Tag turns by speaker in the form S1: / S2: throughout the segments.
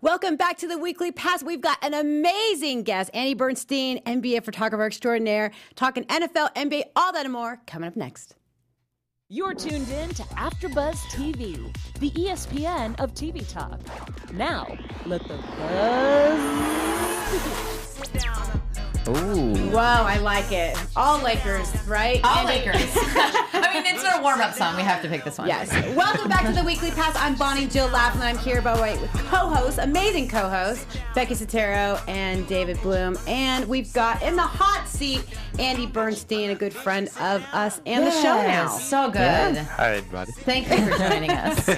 S1: Welcome back to the Weekly Pass. We've got an amazing guest, Annie Bernstein, NBA photographer extraordinaire, talking NFL, NBA, all that and more coming up next.
S2: You're tuned in to AfterBuzz TV, the E ESPN of TV talk. Now, let the buzz.
S1: Whoa, I like it. All Lakers, right? All Lakers.
S3: I mean, it's a warm up song. We have to pick this one.
S1: Yes. Welcome back to the Weekly Pass. I'm Bonnie Jill Laughlin. I'm here by way with co-hosts, amazing co-hosts, Becky Sotero and David Bloom. And we've got in the hot seat Andy Bernstein, a good friend of us and the show now.
S3: So good.
S4: Hi, everybody.
S3: Thank you for joining us.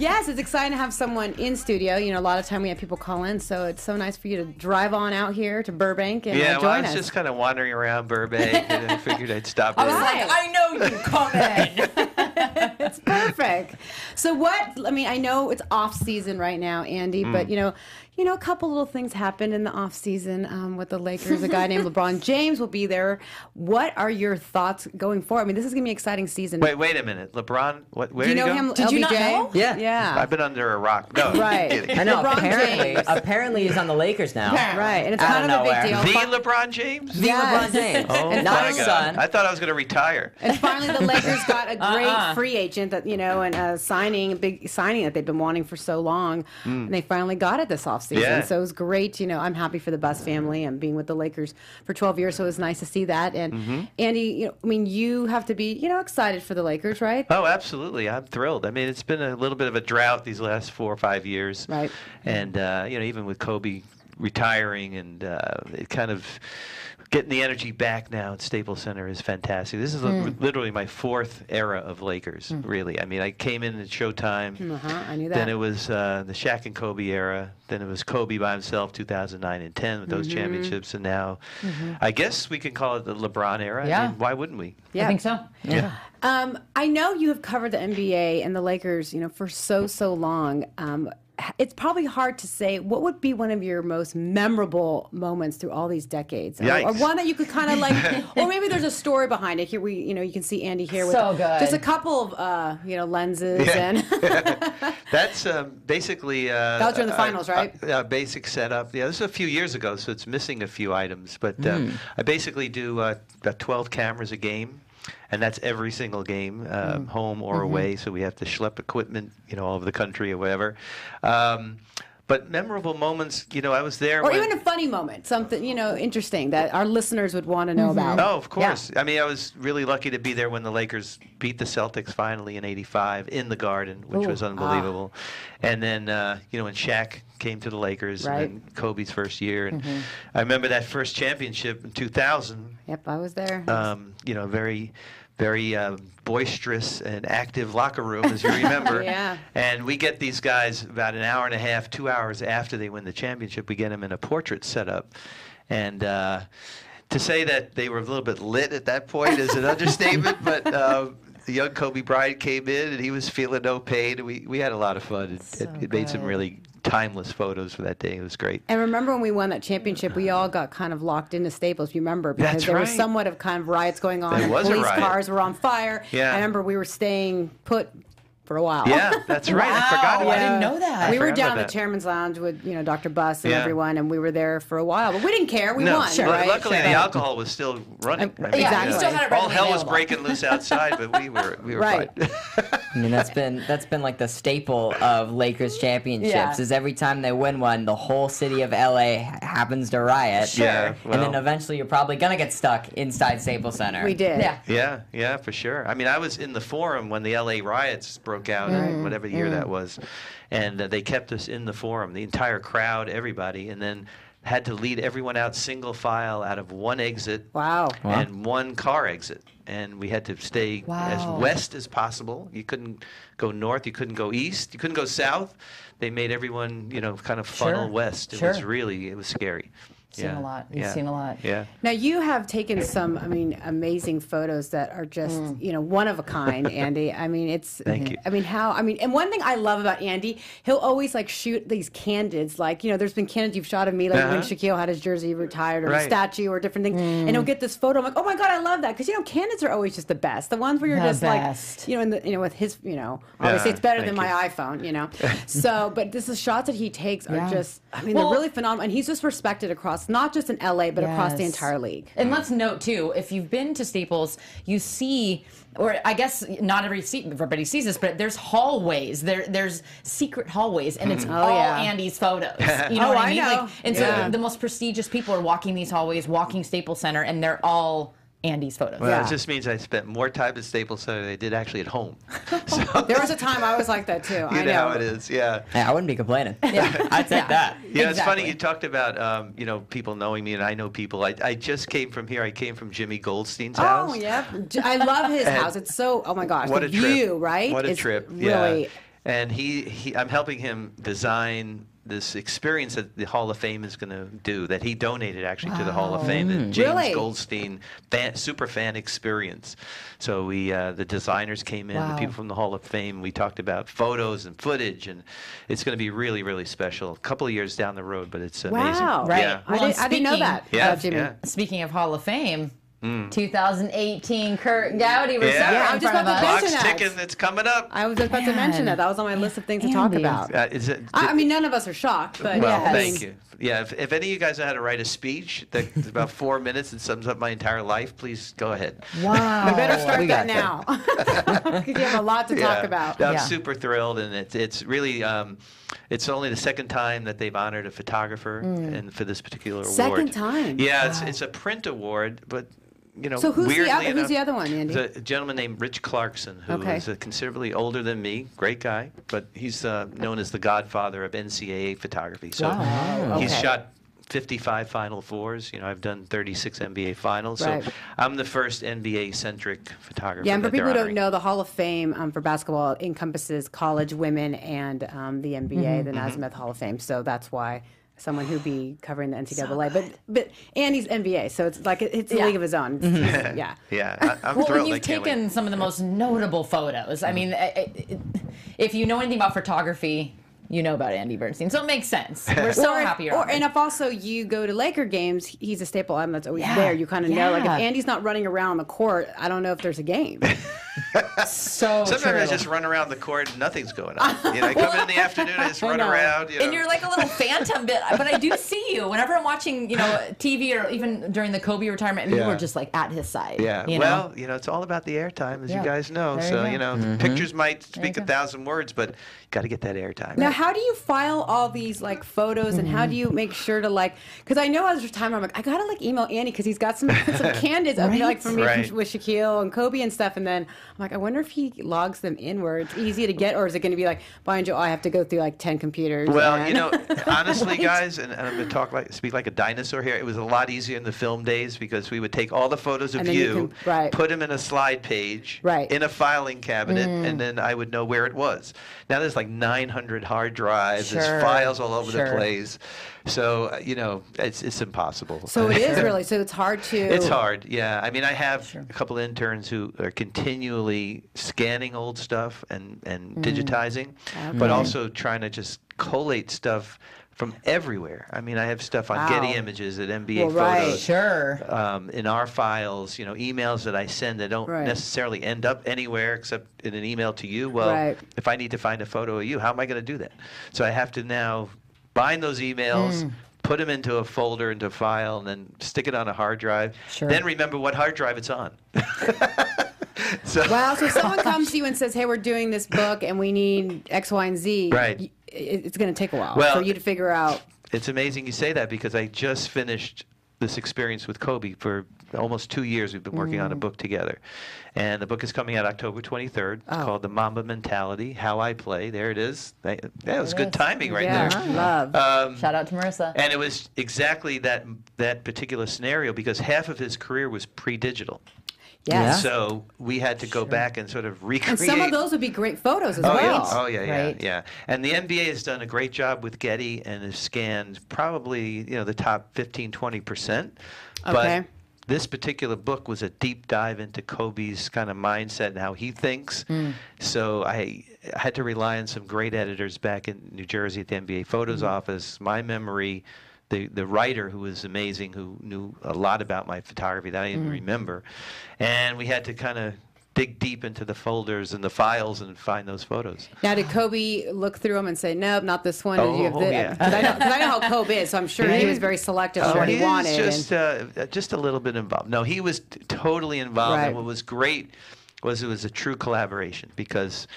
S1: Yes, it's exciting to have someone in studio. You know, a lot of time we have people call in, so it's so nice for you to drive on out here to Burbank and uh,
S4: yeah,
S1: join
S4: well, I was
S1: us.
S4: just kind of wandering around Burbank and I figured I'd stop in.
S1: right.
S3: I know you come in.
S1: it's perfect. So what? I mean, I know it's off season right now, Andy,
S4: Mm.
S1: but you know, you know, a couple little things happened in the off season um, with the Lakers. A guy named LeBron James will be there. What are your thoughts going forward? I mean, this is gonna be an exciting season.
S4: Wait, wait a minute. LeBron, what, where
S1: Do you
S4: did
S1: know
S4: he
S1: him?
S4: go?
S3: Did
S1: LBJ?
S3: you not know?
S5: Yeah.
S1: yeah,
S4: I've been under a rock. No, I'm
S1: Right.
S4: kidding.
S5: I know.
S1: LeBron
S5: apparently,
S1: James.
S5: apparently he's on the Lakers now.
S1: right. And it's
S5: Out
S1: kind
S5: of
S1: of a big
S5: nowhere.
S1: deal. Fi-
S4: The LeBron James?
S5: The
S1: Yes.
S5: LeBron James,
S4: Oh, my
S5: not his
S4: God.
S5: son.
S4: I thought I was going to retire.
S1: And finally, the Lakers got a great free agent that you know, and a signing, a big signing that they've been wanting for so long, and they finally got it this offseason.
S4: Yeah.
S1: So it was great. You know, I'm happy for the Bus family and being with the Lakers for 12 years. So it was nice to see that. And Andy, you know, I mean, you have to be, you know, excited for the Lakers, right?
S4: Oh, absolutely. I'm thrilled. I mean, it's been a little bit of a drought these last four or five years.
S1: Right.
S4: And, uh, you know, even with Kobe retiring and uh, it kind of getting the energy back now at Staples Center is fantastic. This is li-
S1: Mm.
S4: literally my fourth era of Lakers, really. I mean, I came in at Showtime.
S1: Uh-huh, I knew that.
S4: Then it was uh, the Shaq and Kobe era. Then it was Kobe by himself, 2009 and 10, with
S1: Mm-hmm.
S4: those championships. And now, I guess we can call it the LeBron era. I
S3: Yeah.
S4: mean, why wouldn't we?
S3: I think so.
S1: Um, I know you have covered the NBA and the Lakers, you know, for so so long. Um, h- it's probably hard to say what would be one of your most memorable moments through all these decades, or, or
S4: Yikes.
S1: one that you could kind of like, or maybe there's a story behind it. Here we, you know, you can see Andy here with
S3: So good.
S1: just a couple of uh, you know lenses and
S4: That's um, basically. Uh,
S1: That was during the
S4: a-
S1: finals,
S4: a-
S1: right?
S4: A, a basic setup. Yeah, this is a few years ago, so it's missing a few items. But uh,
S1: Hmm.
S4: I basically do uh, about 12 cameras a game. And that's every single game, um,
S1: Hmm.
S4: home
S1: Mm-hmm.
S4: or away. So we have to schlep equipment, you know, all over the country or whatever. Um, but memorable moments, you know, I was there.
S1: or
S4: when-
S1: even a funny moment, something you know interesting that our listeners would want to know
S3: Mm-hmm.
S1: about.
S4: Oh, of course. I mean, I was really lucky to be there when the Lakers beat the Celtics finally in '85 in the Garden, which was unbelievable. And then, uh, you know, when Shaq came to the Lakers,
S1: Right.
S4: and then Kobe's first year, and I remember that first championship in 2000
S1: Yep, I was there.
S4: um, you know, very, very uh, boisterous and active locker room, as you remember.
S1: Yeah.
S4: And we get these guys about an hour and a half, two hours after they win the championship, we get them in a portrait setup, and. Uh, to say that they were a little bit lit at that point is an understatement, but uh, the young Kobe Bryant came in and he was feeling no pain. We, we had a lot of fun. It, it, it made some really timeless photos for that day. It was great.
S1: And remember when we won that championship, we all got kind of locked into Staples. You remember because
S4: That's
S1: there was
S4: right.
S1: somewhat of kind of riots going on.
S4: There
S1: and
S4: was a
S1: police
S4: riot.
S1: cars were on fire.
S4: Yeah.
S1: I remember we were staying put for a while.
S4: Yeah, that's right. I forgot
S3: Wow, I
S4: about that.
S3: didn't know that.
S1: we were
S4: forgot
S1: down in
S4: about
S1: the
S4: that.
S1: chairman's lounge with you know Dr. Buss and
S4: Yeah.
S1: everyone, and we were there for a while, but we didn't care. We won,
S4: lu-
S1: right?
S4: Luckily, the alcohol was still running. I mean,
S3: yeah,
S1: you
S4: uh,
S1: still
S3: had it
S4: all
S3: readily
S4: hell was
S3: available.
S4: breaking loose outside, but we were we were
S1: Right.
S4: fine.
S5: I mean that's been that's been like the staple of Lakers championships
S1: Yeah.
S5: is every time they win one, the whole city of LA ha- happens to riot.
S4: Sure, Yeah,
S5: and then
S4: well-
S5: eventually you're probably gonna get stuck inside Staples Center.
S1: We did.
S3: Yeah.
S4: Yeah, yeah, for sure. I mean, I was in the forum when the LA riots broke out,
S3: Mm-hmm.
S4: in whatever year that was, and uh, they kept us in the forum, the entire crowd, everybody, and then had to lead everyone out single file out of one exit
S1: Wow.
S4: and one car exit. And we had to stay
S3: Wow.
S4: as west as possible. You couldn't go north, you couldn't go east, you couldn't go south. They made everyone, you know, kind of funnel
S3: Sure,
S4: west. It was
S3: sure.
S4: really, it was scary.
S3: Seen a lot. You've
S4: yeah,
S3: seen a lot.
S4: Yeah.
S1: Now you have taken some, I mean, amazing photos that are just, you know, one of a kind, Andy. I mean, it's.
S4: Mm. Thank you.
S1: I mean, how? I mean, and one thing I love about Andy, he'll always like shoot these candids. Like, you know, there's been candids you've shot of me, like when
S4: Uh-huh.
S1: Shaquille had his jersey retired or a
S4: Right. Mm.
S1: statue or different things, and he'll get this photo. I'm like, oh my god, I love that because you know, candids are always just the best. The ones where you're
S3: The
S1: just
S3: best.
S1: like, you know, in the, you know, with his, you know, obviously
S4: Yeah,
S1: it's better than
S4: thank
S1: my iPhone, you know. so, but this is shots that he takes are
S3: Yeah.
S1: just, I mean,
S3: Well-
S1: they're really phenomenal, and he's just respected across not just in LA but across the
S3: Yes.
S1: entire league.
S3: And let's note too, if you've been to Staples, you see, or I guess not every se- everybody sees this, but there's hallways. There, there's secret hallways, and it's all
S1: Oh, yeah.
S3: Andy's photos. You know
S1: Oh,
S3: what I
S1: I
S3: mean?
S1: know.
S3: Like, and
S1: Yeah.
S3: so the most prestigious people are walking these hallways, walking Staples Center, and they're all Andy's photos.
S4: Well,
S1: Yeah.
S4: it just means I spent more time at Staples Center than I did actually at home.
S1: There was a time I was like that too. I
S4: You
S1: know.
S4: know how it is, yeah.
S5: Hey, I wouldn't be complaining.
S3: Yeah.
S5: I'd take
S3: Yeah.
S5: that.
S4: Yeah, it's funny
S3: Exactly.
S4: you talked about um, you know people knowing me, and I know people. I, I just came from here. I came from Jimmy Goldstein's house.
S1: Oh yep, J- I love his house. It's so oh my gosh,
S4: What
S1: the
S4: a trip!
S1: view, right?
S4: What a
S1: It's
S4: trip!
S1: Really,
S4: Yeah. And he, he, I'm helping him design this experience that the Hall of Fame is going to do. That he donated actually to the Hall of Fame, the James
S1: Really?
S4: Goldstein fan, super fan experience. So we, uh, the designers came in,
S3: Wow.
S4: the people from the Hall of Fame. We talked about photos and footage, and it's going to be really, really special. A couple of years down the road, but it's amazing.
S1: wow,
S3: Right.
S4: Yeah.
S1: I,
S3: Well,
S1: did, I didn't know
S3: speaking
S1: that
S4: Yeah,
S1: about Jimmy.
S4: yeah.
S3: Speaking of Hall of Fame, 2018 Kurt Gowdy was
S4: Yeah. Yeah,
S3: yeah.
S4: I
S3: in
S4: was
S1: just
S3: front of
S1: about to
S3: us.
S4: Clock's
S1: Internet.
S4: ticking. It's coming up.
S1: I was about to mention
S3: Man.
S1: that. That was on my list of things to talk
S3: Andy.
S1: about.
S4: Uh, is it?
S1: I, I mean, none of us are shocked, but
S4: well,
S1: yeah, I
S4: thank
S1: mean,
S4: you. Yeah, if, if any of you guys know how to write a speech that's about four minutes and sums up my entire life, please go ahead.
S3: Wow.
S1: Better start
S5: We
S1: that
S5: got
S1: now because you have a lot to talk about.
S4: No, I'm
S3: Yeah.
S4: super thrilled, and it's it's really um, it's only the second time that they've honored a photographer and for this particular
S1: Second
S4: award.
S1: time?
S4: Yeah, it's it's a print award, but. You know,
S1: So who's the
S4: weirdly
S1: other- who's
S4: enough,
S1: the other one, Andy?
S4: there's A gentleman named Rich Clarkson, who is
S1: Okay.
S4: uh, considerably older than me. Great guy, but he's uh, known as the godfather of NCAA photography. So
S3: Wow.
S4: he's
S3: Okay.
S4: shot 55 Final Fours. You know, I've done 36 NBA Finals.
S1: Right.
S4: So I'm the first NBA-centric photographer.
S1: Yeah, and for
S4: that they're
S1: people who don't
S4: honoring.
S1: know, the Hall of Fame um, for basketball encompasses college women and um, the NBA,
S3: Mm-hmm,
S1: the Naismith Hall of Fame. So that's why someone who'd be covering the NCAA, but but and he's NBA, so it's like it- it's a
S3: Yeah. Mm-hmm.
S1: league of his own. It's- yeah.
S4: Yeah, I, I'm
S3: Well,
S4: thrilled.
S3: and
S4: I
S3: you've
S4: can't Mm-hmm.
S3: taken
S4: wait.
S3: some of the most notable photos. I mean, I- I- if you know anything about photography, you know about Andy Bernstein, so it makes sense. We're so
S1: Or,
S3: happy.
S1: or and if also you go to Laker games, he's a staple item that's always
S3: Yeah.
S1: there. You kind of know, like if
S3: Yeah.
S1: Andy's not running around the court, I don't know if there's a game.
S3: so
S4: Sometimes
S3: true.
S4: I just run around the court and nothing's going on. You know, I come in in the afternoon, I just run
S1: know.
S4: around. You know.
S3: and you're like a little phantom bit, but I do see you whenever I'm watching, you know, TV or even during the Kobe retirement. You
S4: Yeah.
S3: were just like at his side.
S4: yeah.
S3: You know?
S4: well, you know, it's all about the airtime, as
S3: Yeah.
S4: you guys know.
S3: There you
S4: so
S3: go.
S4: you know, pictures might speak a
S3: go.
S4: thousand words, but you got to get that airtime.
S1: Now, how do you file all these like photos, and how do you make sure to like? Because I know as a time I'm like, I gotta like email Andy because he's got some some candids of me, like for me from-
S4: Right.
S1: with Shaquille and Kobe and stuff, and then I'm like, I wonder if he logs them in where it's easy to get, or is it going to be like, mind you, I have to go through like ten computers.
S4: Well,
S1: and-
S4: you know, honestly, guys, and, and I'm going to talk like speak like a dinosaur here. It was a lot easier in the film days because we would take all the photos of
S1: And
S4: you,
S1: then you can- right.
S4: put them in a slide page,
S1: Right.
S4: in a filing cabinet,
S3: Mm.
S4: and then I would know where it was. Now there's like 900 hard drives,
S3: Sure,
S4: there's files all over the
S3: sure.
S4: place, so uh, you know, it's it's impossible.
S1: so it is really so it's hard to.
S4: It's hard, yeah. I mean, I have a couple interns who are continually scanning old stuff and, and
S1: Mm.
S4: digitizing, but also trying to just collate stuff from everywhere. I mean, I have stuff on
S1: Wow.
S4: Getty Images at NBA
S1: Well, right.
S4: Photos.
S3: sure.
S4: Um, in our files, you know, emails that I send that don't
S1: Right.
S4: necessarily end up anywhere except in an email to you. Well,
S1: Right.
S4: if I need to find a photo of you, how am I going to do that? So I have to now bind those emails,
S1: Mm.
S4: put them into a folder, into a file, and then stick it on a hard drive.
S3: Sure.
S4: Then remember what hard drive it's on. So,
S1: Wow. So if someone comes to you and says, "Hey, we're doing this book and we need X, Y, and Z,"
S4: Right.
S1: y- it- It's going to take a while
S4: Well,
S1: for you to figure out.
S4: It's amazing you say that because I just finished this experience with Kobe for almost two years. We've been working on a book together. And the book is coming out October 23rd. It's called The Mamba Mentality How I Play. There it is. That that was good timing right
S1: Yeah.
S4: there. Um,
S3: Love. Shout out to Marissa.
S4: And it was exactly that, that particular scenario because half of his career was pre digital.
S1: Yes.
S4: So we had to go back and sort of
S1: And
S4: recreate.
S1: some of those would be great photos as
S4: Oh,
S1: well.
S4: yeah. oh yeah, yeah,
S3: Right.
S4: yeah. And the NBA has done a great job with Getty and has scanned probably you know the top 15, 20 percent. But
S1: Okay.
S4: this particular book was a deep dive into Kobe's kind of mindset and how he thinks.
S1: Hmm.
S4: So I I had to rely on some great editors back in New Jersey at the NBA Photos
S1: Hmm.
S4: office. My memory. The, the writer who was amazing, who knew a lot about my photography that I
S1: Hmm.
S4: didn't remember. And we had to kind of dig deep into the folders and the files and find those photos.
S1: Now, did Kobe look through them and say, "Nope, not this one"? did you have
S4: Oh,
S1: this?
S4: yeah.
S1: 'Cause I, know, 'cause I know how Kobe is, so I'm sure he was very selective on what
S4: he
S1: he
S4: was
S1: wanted.
S4: just
S1: and-
S4: uh, just a little bit involved. No, he was t- totally involved.
S1: Right.
S4: And what was great was it was a true collaboration because,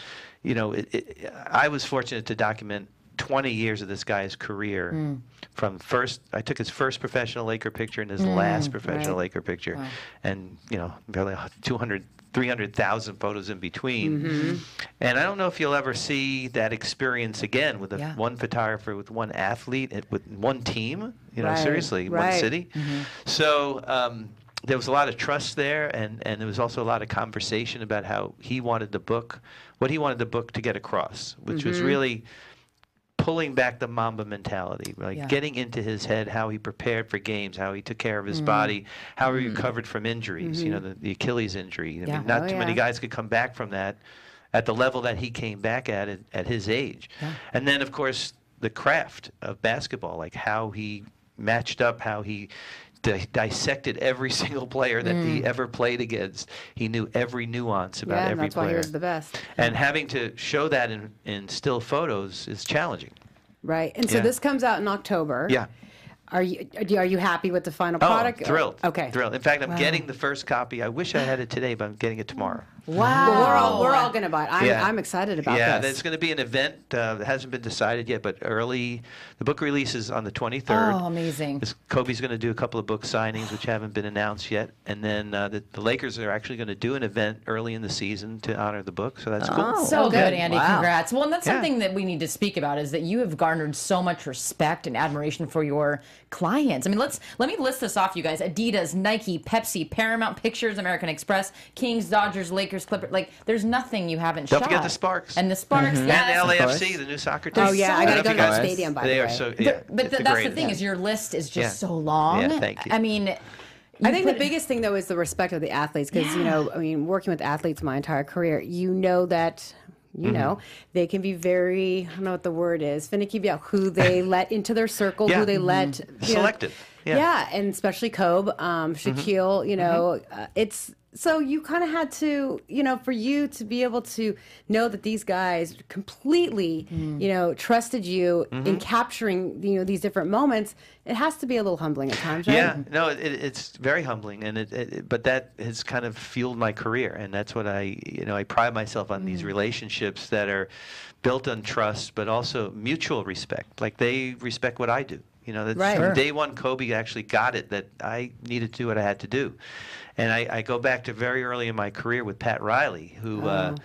S4: you know, it, it, I was fortunate to document 20 years of this guy's career.
S1: Hmm.
S4: From first, I took his first professional Laker picture and his
S1: Hmm,
S4: last professional Laker picture, and you know, barely 200, 300,000 photos in between.
S1: Mm-hmm.
S4: And I don't know if you'll ever see that experience again with a,
S3: Yeah.
S4: one photographer, with one athlete, and with one team. You know,
S1: Right,
S4: seriously,
S1: right.
S4: one city. So um, there was a lot of trust there, and, and there was also a lot of conversation about how he wanted the book, what he wanted the book to get across, which was really pulling back the Mamba mentality, like getting into his head how he prepared for games, how he took care of
S1: Mm-hmm.
S4: his body, how he recovered from injuries, you know, the, the Achilles injury. I mean, not
S1: Oh,
S4: too
S1: Mm-hmm.
S4: many
S1: yeah.
S4: guys could come back from that at the level that he came back at at, at his age. And then, of course, the craft of basketball, like how he matched up, how he di- dissected every single player that he ever played against. He knew every nuance about
S1: Mm. yeah, and
S4: every
S1: that's
S4: player.
S1: why he was the best.
S4: And having to show that in, in still photos is challenging.
S1: Right. And so
S4: Yeah.
S1: this comes out in October.
S4: Yeah.
S1: Are you are you happy with the final
S4: Oh,
S1: product?
S4: I'm thrilled.
S1: Okay.
S4: Thrilled. In fact, I'm getting the first copy. I wish I had it today, but I'm getting it tomorrow.
S1: Wow. we're all
S3: Oh.
S1: we're all gonna buy it. I'm,
S4: Yeah.
S1: I'm excited about
S4: yeah,
S1: this.
S4: there's going to be an event uh, that hasn't been decided yet, but early. The book releases on the 23rd.
S3: Oh, amazing.
S4: This- Kobe's going to do a couple of book signings, which haven't been announced yet, and then uh, the, the Lakers are actually going to do an event early in the season to honor the book. So that's
S1: Oh,
S4: cool.
S3: So
S5: Okay.
S3: good, Andy.
S5: Wow.
S3: Congrats. Well, and that's
S4: Yeah.
S3: something that we need to speak about is that you have garnered so much respect and admiration for your clients. I mean, let's let me list this off, you guys: Adidas, Nike, Pepsi, Paramount Pictures, American Express, Kings, Dodgers, Lakers, Clippers. Like, there's nothing you haven't.
S4: Don't
S3: shot.
S4: forget the Sparks. Mm-hmm.
S3: and the Sparks. Yes.
S4: And the LAFC, the new soccer team.
S1: oh yeah, I
S3: so
S1: gotta go
S4: don't know if
S1: to
S4: you
S1: the
S4: guys-
S1: stadium by
S4: They
S1: the
S4: are
S1: way.
S4: so. Yeah,
S3: But, but
S4: it's a
S3: th- that's
S4: great
S3: the thing
S4: event.
S3: is your list is just
S4: Yeah.
S3: so long.
S4: Yeah, thank you.
S3: I mean,
S1: I think the biggest thing though is the respect of the athletes because you know I mean working with athletes my entire career you know that you
S4: Mm-hmm.
S1: know they can be very I don't know what the word is finicky about who they let into their circle
S4: Yeah. Mm-hmm.
S1: who they let you know-
S4: Selective.
S1: yeah.
S4: Yeah. Mm-hmm.
S1: and especially Kobe um, Shaquille you know uh, it's so you kind of had to you know for you to be able to know that these guys completely
S4: Mm.
S1: you know trusted you
S4: Mm-hmm.
S1: in capturing you know these different moments it has to be a little humbling at times right?
S4: Yeah, no, it, it- it's very humbling, and it, it, it- but that has kind of fueled my career, and that's what I, you know, I pride myself on
S1: Mm.
S4: these relationships that are built on trust, but also mutual respect. Like they respect what I do. You know, that's
S1: Right.
S4: from
S1: Sure.
S4: day one, Kobe actually got it that I needed to do what I had to do, and I, I go back to very early in my career with Pat Riley, who. Uh,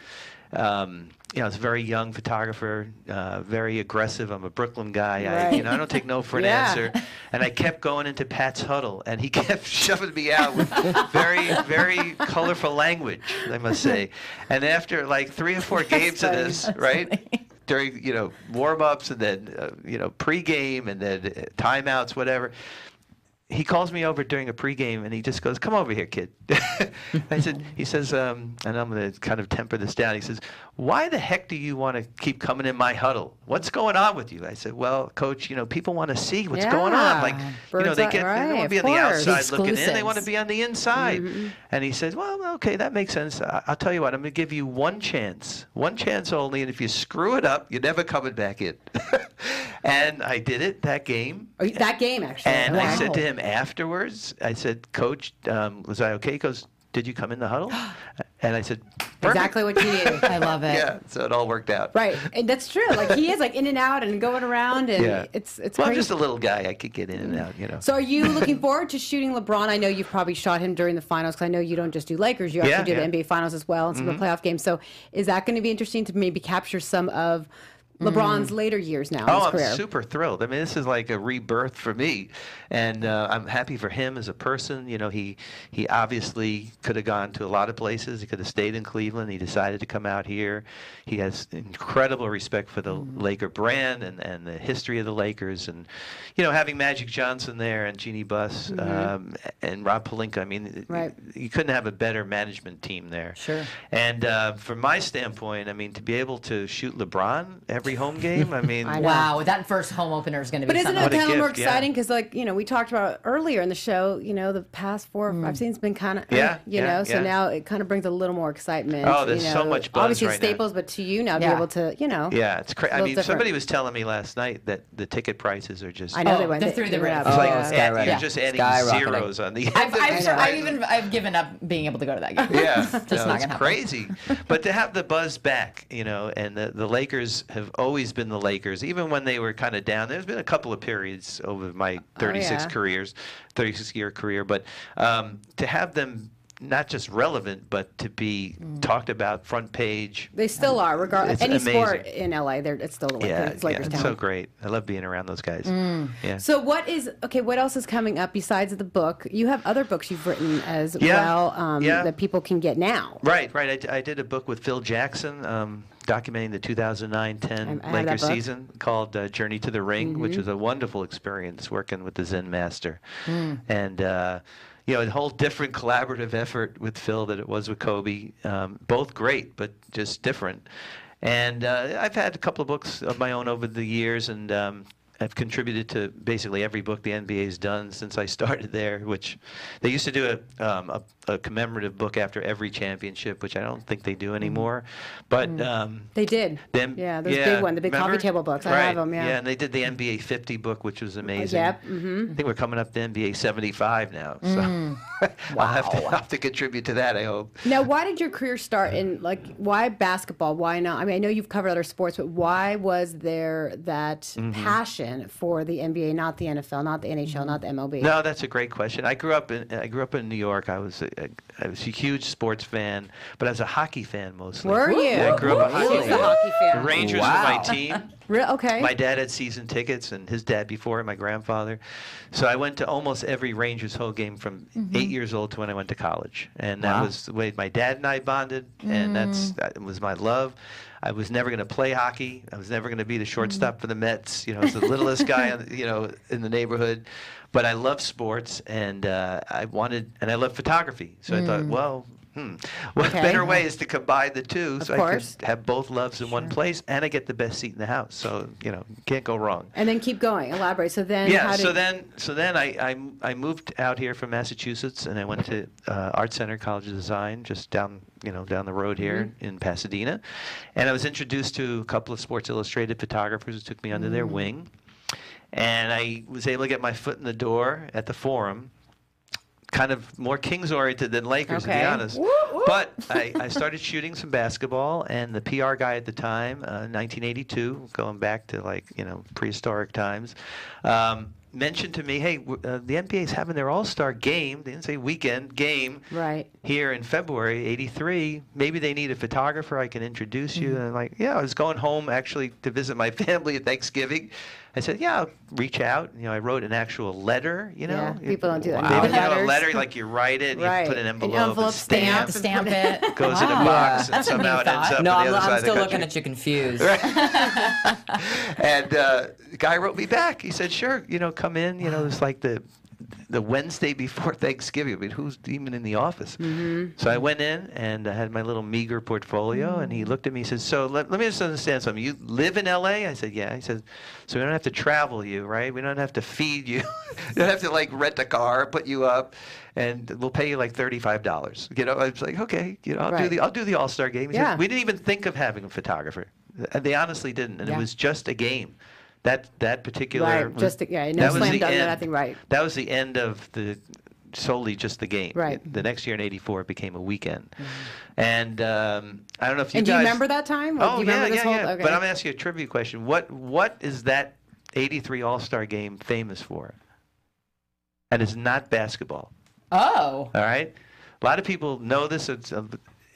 S1: Oh.
S4: um, you know, I was a very young photographer, uh, very aggressive. I'm a Brooklyn guy. I, you
S1: Right.
S4: know, I don't take no for an
S1: Yeah.
S4: answer. And I kept going into Pat's huddle, and he kept shoving me out with very, very colorful language, I must say. And after like three or four games of this, right? During you know warm ups and then uh, you know pregame and then uh, timeouts, whatever. He calls me over during a pregame and he just goes, "Come over here, kid." I said, "He says," um, and I'm gonna kind of temper this down. He says, "Why the heck do you want to keep coming in my huddle? What's going on with you?" I said, "Well, coach, you know people want to see what's going on. Like,
S1: Yeah.
S4: you know,
S1: Bird's
S4: they
S1: eye-
S4: get they
S1: right,
S4: don't want to
S1: of
S4: be on the
S1: course. Mm-hmm.
S4: outside looking in. They
S3: Exclusives.
S4: want to be on the inside." And he says, "Well, okay, that makes sense. I- I'll tell you what. I'm going to give you one chance, one chance only. And if you screw it up, you're never coming back in." and I did it that game.
S1: Or Oh, that game actually
S4: And I said to
S3: Wow.
S4: him afterwards, I said, Coach, um, was I okay? He goes, Did you come in the huddle? And I said, "Perfect."
S1: Exactly what you needed.
S3: I love it.
S4: Yeah, so it all worked out.
S1: Right. And that's true. Like he is like in and out and going around and
S4: Yeah.
S1: it's it's
S4: well, I'm
S1: crazy.
S4: just a little guy. I could get in and out, you know.
S1: So are you looking forward to shooting LeBron? I know you've probably shot him during the finals because I know you don't just do Lakers; you
S4: Yeah,
S1: actually do
S4: yeah. Mm-hmm.
S1: the NBA finals as well and some of the playoff games. So is that going to be interesting to maybe capture some of LeBron's later years now in
S4: Mm. Oh,
S1: his
S4: I'm
S1: career?
S4: super thrilled. I mean, this is like a rebirth for me, and uh, I'm happy for him as a person. You know, he he obviously could have gone to a lot of places. He could have stayed in Cleveland. He decided to come out here. He has incredible respect for the
S1: Mm-hmm.
S4: Laker brand and and the history of the Lakers, and you know, having Magic Johnson there and Jeannie Buss um, and Rob Palinka. I mean,
S1: Mm-hmm. Right.
S4: you couldn't have a better management team there.
S3: Sure.
S4: And uh, from my standpoint, I mean, to be able to shoot LeBron every home game, I mean,
S3: Wow, that first home opener is going to be
S1: But isn't
S3: something.
S1: it
S4: What a
S1: kind of more
S4: gift, yeah.
S1: exciting? Because, like, you know, we talked about earlier in the show, you know, the past four or five seasons been kind of,
S4: Mm. Yeah,
S1: you
S4: yeah,
S1: know, so
S4: yeah.
S1: now it kind of brings a little more excitement.
S4: Oh, there's
S1: you
S4: so
S1: know.
S4: much buzz
S1: Obviously,
S4: right now.
S1: staples, but to you now,
S3: Yeah.
S1: be able to, you know.
S4: Yeah, it's crazy. I
S1: little
S4: mean,
S1: different.
S4: somebody was telling me last night that the ticket prices are just.
S1: I know
S3: Oh,
S1: they went.
S3: they're
S1: they-
S3: through
S1: they
S3: the
S1: went up.
S3: roof.
S4: It's like
S3: Yeah.
S4: it's add-
S3: Yeah.
S4: you're just adding
S5: Skyrocketing.
S4: zeros on the end.
S3: I've,
S4: of
S3: I've,
S4: it.
S3: sur- I've even I've given up being able to go to that game.
S4: Yeah,
S3: just
S4: no,
S3: not gonna
S4: it's
S3: happen.
S4: crazy. but to have the buzz back, you know, and the, the Lakers have always been the Lakers, even when they were kind of down. There's been a couple of periods over my 36
S1: yeah.
S4: careers, 36 year career, but um, to have them not just relevant, but to be talked about front page.
S1: They still are, regardless.
S4: Mm. It's
S1: Any sport
S4: amazing.
S1: in LA, they're, it's still the Lakers.
S4: Yeah,
S1: it's
S4: yeah,
S1: Lakers
S4: it's
S1: town.
S4: so great. I love being around those guys. Yeah.
S1: So what is okay? What else is coming up besides the book? You have other books you've written as
S4: Yeah,
S1: well um,
S4: yeah.
S1: that people can get now.
S4: Right, right. I d- I, did a book with Phil Jackson um, documenting the 2009-10
S1: I- I have that
S4: Lakers
S1: book.
S4: season called uh, Journey to the Ring, which was a wonderful experience working with the Zen Master. And, uh, you know, a whole different collaborative effort with Phil that it was with Kobe. Um, both great, but just different. And uh, I've had a couple of books of my own over the years, and um, I've contributed to basically every book the NBA's done since I started there. Which they used to do a, um, a, a commemorative book after every championship, which I don't think they do anymore. But um,
S1: They did.
S4: then
S1: yeah, those big one, the big coffee
S4: remember?
S1: table books. I
S4: Right.
S1: have them. Yeah.
S4: and they did the NBA 50 book, which was amazing.
S1: Yep, mm-hmm.
S4: I think we're coming up to NBA 75 now, so
S1: Mm.
S4: I'll have to, I'll have to contribute to that. I hope.
S1: Now, why did your career start in like why basketball? Why not? I mean, I know you've covered other sports, but why was there that
S4: Mm-hmm.
S1: passion for the NBA, not the NFL, not the NHL, not the MLB?
S4: No, that's a great question. I grew up in I grew up in New York. I was a, a, I was a huge sports fan, but I was a hockey fan mostly.
S1: Were you?
S4: Yeah, I grew up a hockey
S1: She's
S4: fan.
S1: a hockey
S4: The
S1: fan.
S4: Rangers were my
S5: Wow.
S4: team.
S1: Re- okay.
S4: My dad had season tickets, and his dad before him, my grandfather. So I went to almost every Rangers home game from
S1: Mm-hmm.
S4: eight years old to when I went to college, and that was the way my dad and I bonded,
S1: Mm.
S4: and that's that was my love. I was never going to play hockey. I was never going to
S1: Mm-hmm.
S4: be the shortstop for the Mets. You know, I was the littlest guy, on, you know, in the neighborhood. But I love sports, and uh, I wanted, and I love photography. So I thought, well, hmm, what
S1: Mm. Okay.
S4: better way is to combine the two? so
S1: course.
S4: I could have both loves in one place, and I get the best seat in the house. So you know, can't go wrong.
S1: and then keep going. Elaborate. So then,
S4: yeah.
S1: how did
S4: so then, so then I, I m- I moved out here from Massachusetts, and I went to uh, Art Center College of Design, just down you know down the road here
S1: Mm-hmm.
S4: in Pasadena, and I was introduced to a couple of Sports Illustrated photographers who took me under
S1: Mm.
S4: their wing, and I was able to get my foot in the door at the Forum kind of more Kings oriented than Lakers, to
S1: Okay.
S4: be honest. But I, I started shooting some basketball, and the PR guy at the time, uh, 1982, going back to like you know prehistoric times, um, mentioned to me, "Hey, w- uh, the NBA's having their All Star game. They didn't say weekend game
S1: Right.
S4: here in February '83. Maybe they need a photographer. I can introduce
S1: Mm-hmm.
S4: you." And I'm like, "Yeah, I was going home actually to visit my family at Thanksgiving." I said, "Yeah, I'll reach out." You know, I wrote an actual letter. You know,
S1: Yeah, people don't do that.
S4: They
S1: Wow.
S4: would have a
S1: Letters.
S4: letter like you write it, and
S1: Right.
S4: you put
S1: An
S4: an envelope,
S1: envelope
S4: and stamp,
S1: stamp. Ah.
S3: Stamp it.
S4: goes in a
S3: Wow.
S4: box, and
S3: That's a new
S4: somehow it ends
S3: thought.
S4: up
S5: No,
S4: on
S5: I'm,
S4: the other
S5: I'm
S4: side
S5: still
S4: of the
S5: looking
S4: country.
S5: at you confused.
S4: And uh, the guy wrote me back. He said, "Sure, you know, come in. You know, it's like the the Wednesday before Thanksgiving. I mean, who's even in the office?"
S1: Mm-hmm.
S4: So I went in and I had my little meager portfolio, and
S1: Mm.
S4: he looked at me. He says, "So let, let me just understand something. You live in L.A.?" I said, "Yeah." He says, "So we don't have to travel you, right? We don't have to feed you. we don't have to like rent a car, put you up." And we'll pay you like thirty-five dollars. You know, I was like, okay, you know, I'll do
S1: Right.
S4: the I'll do the All-Star game. He says,
S1: Yeah.
S4: we didn't even think of having a photographer. Th- They honestly didn't, and it was just a game. That that particular
S1: Right,
S4: was-
S1: just a- yeah, no
S4: that was
S1: slam
S4: the
S1: dunk, no
S4: end.
S1: nothing, right.
S4: That was the end of the solely just the game.
S1: Right. Mm-hmm.
S4: The next year in '84, it became a weekend. And um, I don't know if you
S1: And do
S4: guys
S1: you remember that time? Like,
S4: oh
S1: do you
S4: yeah,
S1: remember
S4: yeah,
S1: this
S4: yeah.
S1: whole? Okay.
S4: But I'm gonna ask you a trivia question. What what is that '83 All Star Game famous for? That is not basketball.
S3: Oh.
S4: All right. A lot of people know this. It's, uh,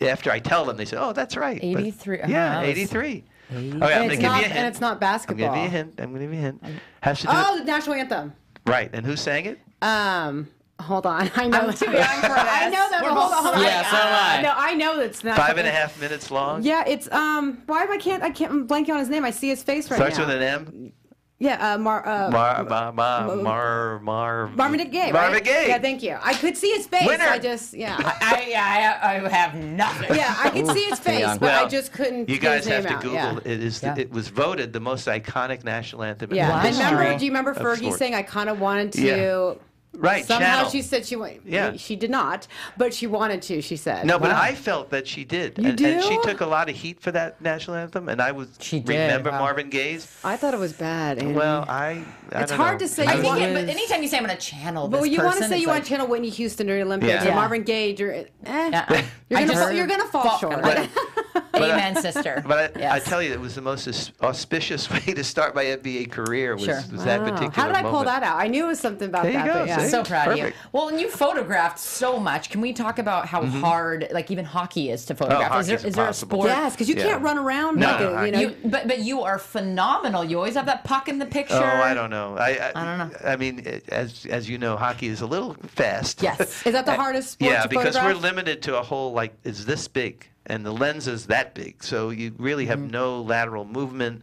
S4: after I tell them, they say, "Oh, that's right." But-
S3: 83, uh-huh,
S4: yeah,
S3: that was-
S4: eighty-three. All right, I'm
S1: and,
S4: gonna
S1: it's
S4: give
S1: not,
S4: you a
S1: and
S4: hint.
S1: it's not
S4: I'm
S1: basketball.
S4: gonna give you a hint. I'm gonna give you a hint. Has to do
S1: Oh, the national anthem.
S4: with- right. And who sang it?
S1: Um, hold on. I know.
S3: I'm
S1: that-
S3: too young for
S1: I
S3: this.
S1: know that.
S3: We're
S1: but hold on. Hold on.
S5: Yeah, so am I.
S1: No, I know it's not.
S4: Five and a half minutes long.
S1: Yeah, it's um. Why am I can't I can't I'm blanking on his name? I see his face right
S4: Starts
S1: now.
S4: with an M.
S1: yeah, uh, Mar. Uh,
S4: Mar, ma, ma, mar, mar.
S1: Marmaduke Gay.
S4: Marmaduke
S1: right?
S4: Gaye.
S1: Yeah, thank you. I could see his face.
S4: Winner.
S1: I just yeah.
S3: I, I, I have nothing.
S1: Yeah, I could see his face,
S5: young.
S1: but
S4: Well,
S1: I just couldn't.
S4: You
S1: get
S4: guys
S1: his name
S4: have to
S1: out.
S4: Google.
S1: Yeah.
S4: It is.
S3: Yeah.
S4: It was voted the most iconic national anthem. in
S1: Yeah.
S4: the
S3: Wow.
S1: And
S4: history
S1: remember, do you remember
S4: of
S1: Fergie
S4: sports.
S1: saying, I kind of wanted to?
S4: Yeah. Right,
S1: Somehow
S4: channel.
S1: she said she went.
S4: Yeah.
S1: She did not, but she wanted to, she said.
S4: No, but I felt that she did.
S1: You
S4: and, and she
S1: do?
S4: took a lot of heat for that national anthem, and I was
S3: She did,
S4: remember
S3: wow.
S4: Marvin Gaye's.
S1: I thought it was bad. Andy.
S4: Well, I. I
S1: It's
S4: don't
S1: hard
S4: know.
S1: to say
S3: I
S1: you
S3: think,
S1: want-
S3: it, but anytime you say I'm gonna channel this
S1: Well, you want to
S3: person,
S1: say
S3: it's
S1: you
S3: like,
S1: want to channel Whitney Houston during the Olympics,
S4: Yeah.
S1: or Marvin Gaye during. Eh,
S3: Yeah.
S1: You're
S3: I
S1: gonna
S3: just-
S1: fall, you're gonna fall,
S3: Fall-
S1: short.
S4: But, but
S3: Amen,
S4: I,
S3: sister.
S4: but I, I
S3: Yes.
S4: tell you, it was the most aus- auspicious way to start my NBA career. Was,
S3: Sure.
S4: was that particular
S1: How did I pull
S4: moment.
S1: that out? I knew it was something about
S4: There you
S1: that.
S4: go,
S1: but yeah.
S4: see?
S3: so proud of you.
S4: Perfect. Mm-hmm.
S3: Well, and you photographed so much. Can we talk about how hard, like even hockey, is to photograph? is there
S4: hockey's
S3: is there a
S4: Oh, impossible.
S3: sport?
S1: yes, because you
S4: Yeah.
S1: can't run around
S4: No,
S1: like
S4: no,
S1: a, you
S4: I-
S1: know.
S3: You, but but you are phenomenal. You always have that puck in the picture.
S4: Oh, I don't know. I, I,
S3: don't
S4: know. I mean, it- as as you know, hockey is a little fast.
S3: Yes.
S1: is that the hardest sport
S4: yeah,
S1: to
S4: because we're
S1: photograph?
S4: limited to a hole like is this big, and the lens is that big, so you really have no lateral movement.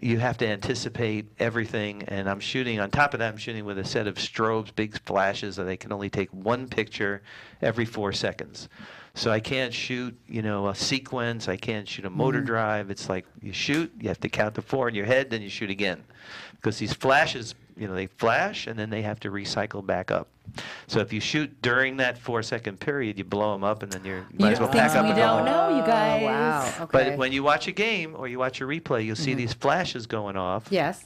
S4: You have to anticipate everything, and I'm shooting. On top of that, I'm shooting with a set of strobes, big flashes, and they can only take one picture every four seconds. So I can't shoot, you know, a sequence. I can't shoot a motor drive. It's like you shoot, you have to count to four in your head, then you shoot again, because these flashes, you know, they flash and then they have to recycle back up. So if you shoot during that four-second period, you blow them up, and then you're, you might as well pack
S3: Things
S4: up
S3: we
S4: and go Oh, home.
S3: don't know, you guys.
S1: Oh, wow. Okay.
S4: But when you watch a game or you watch a replay, you'll see
S3: Mm-hmm.
S4: these flashes going off.
S1: yes.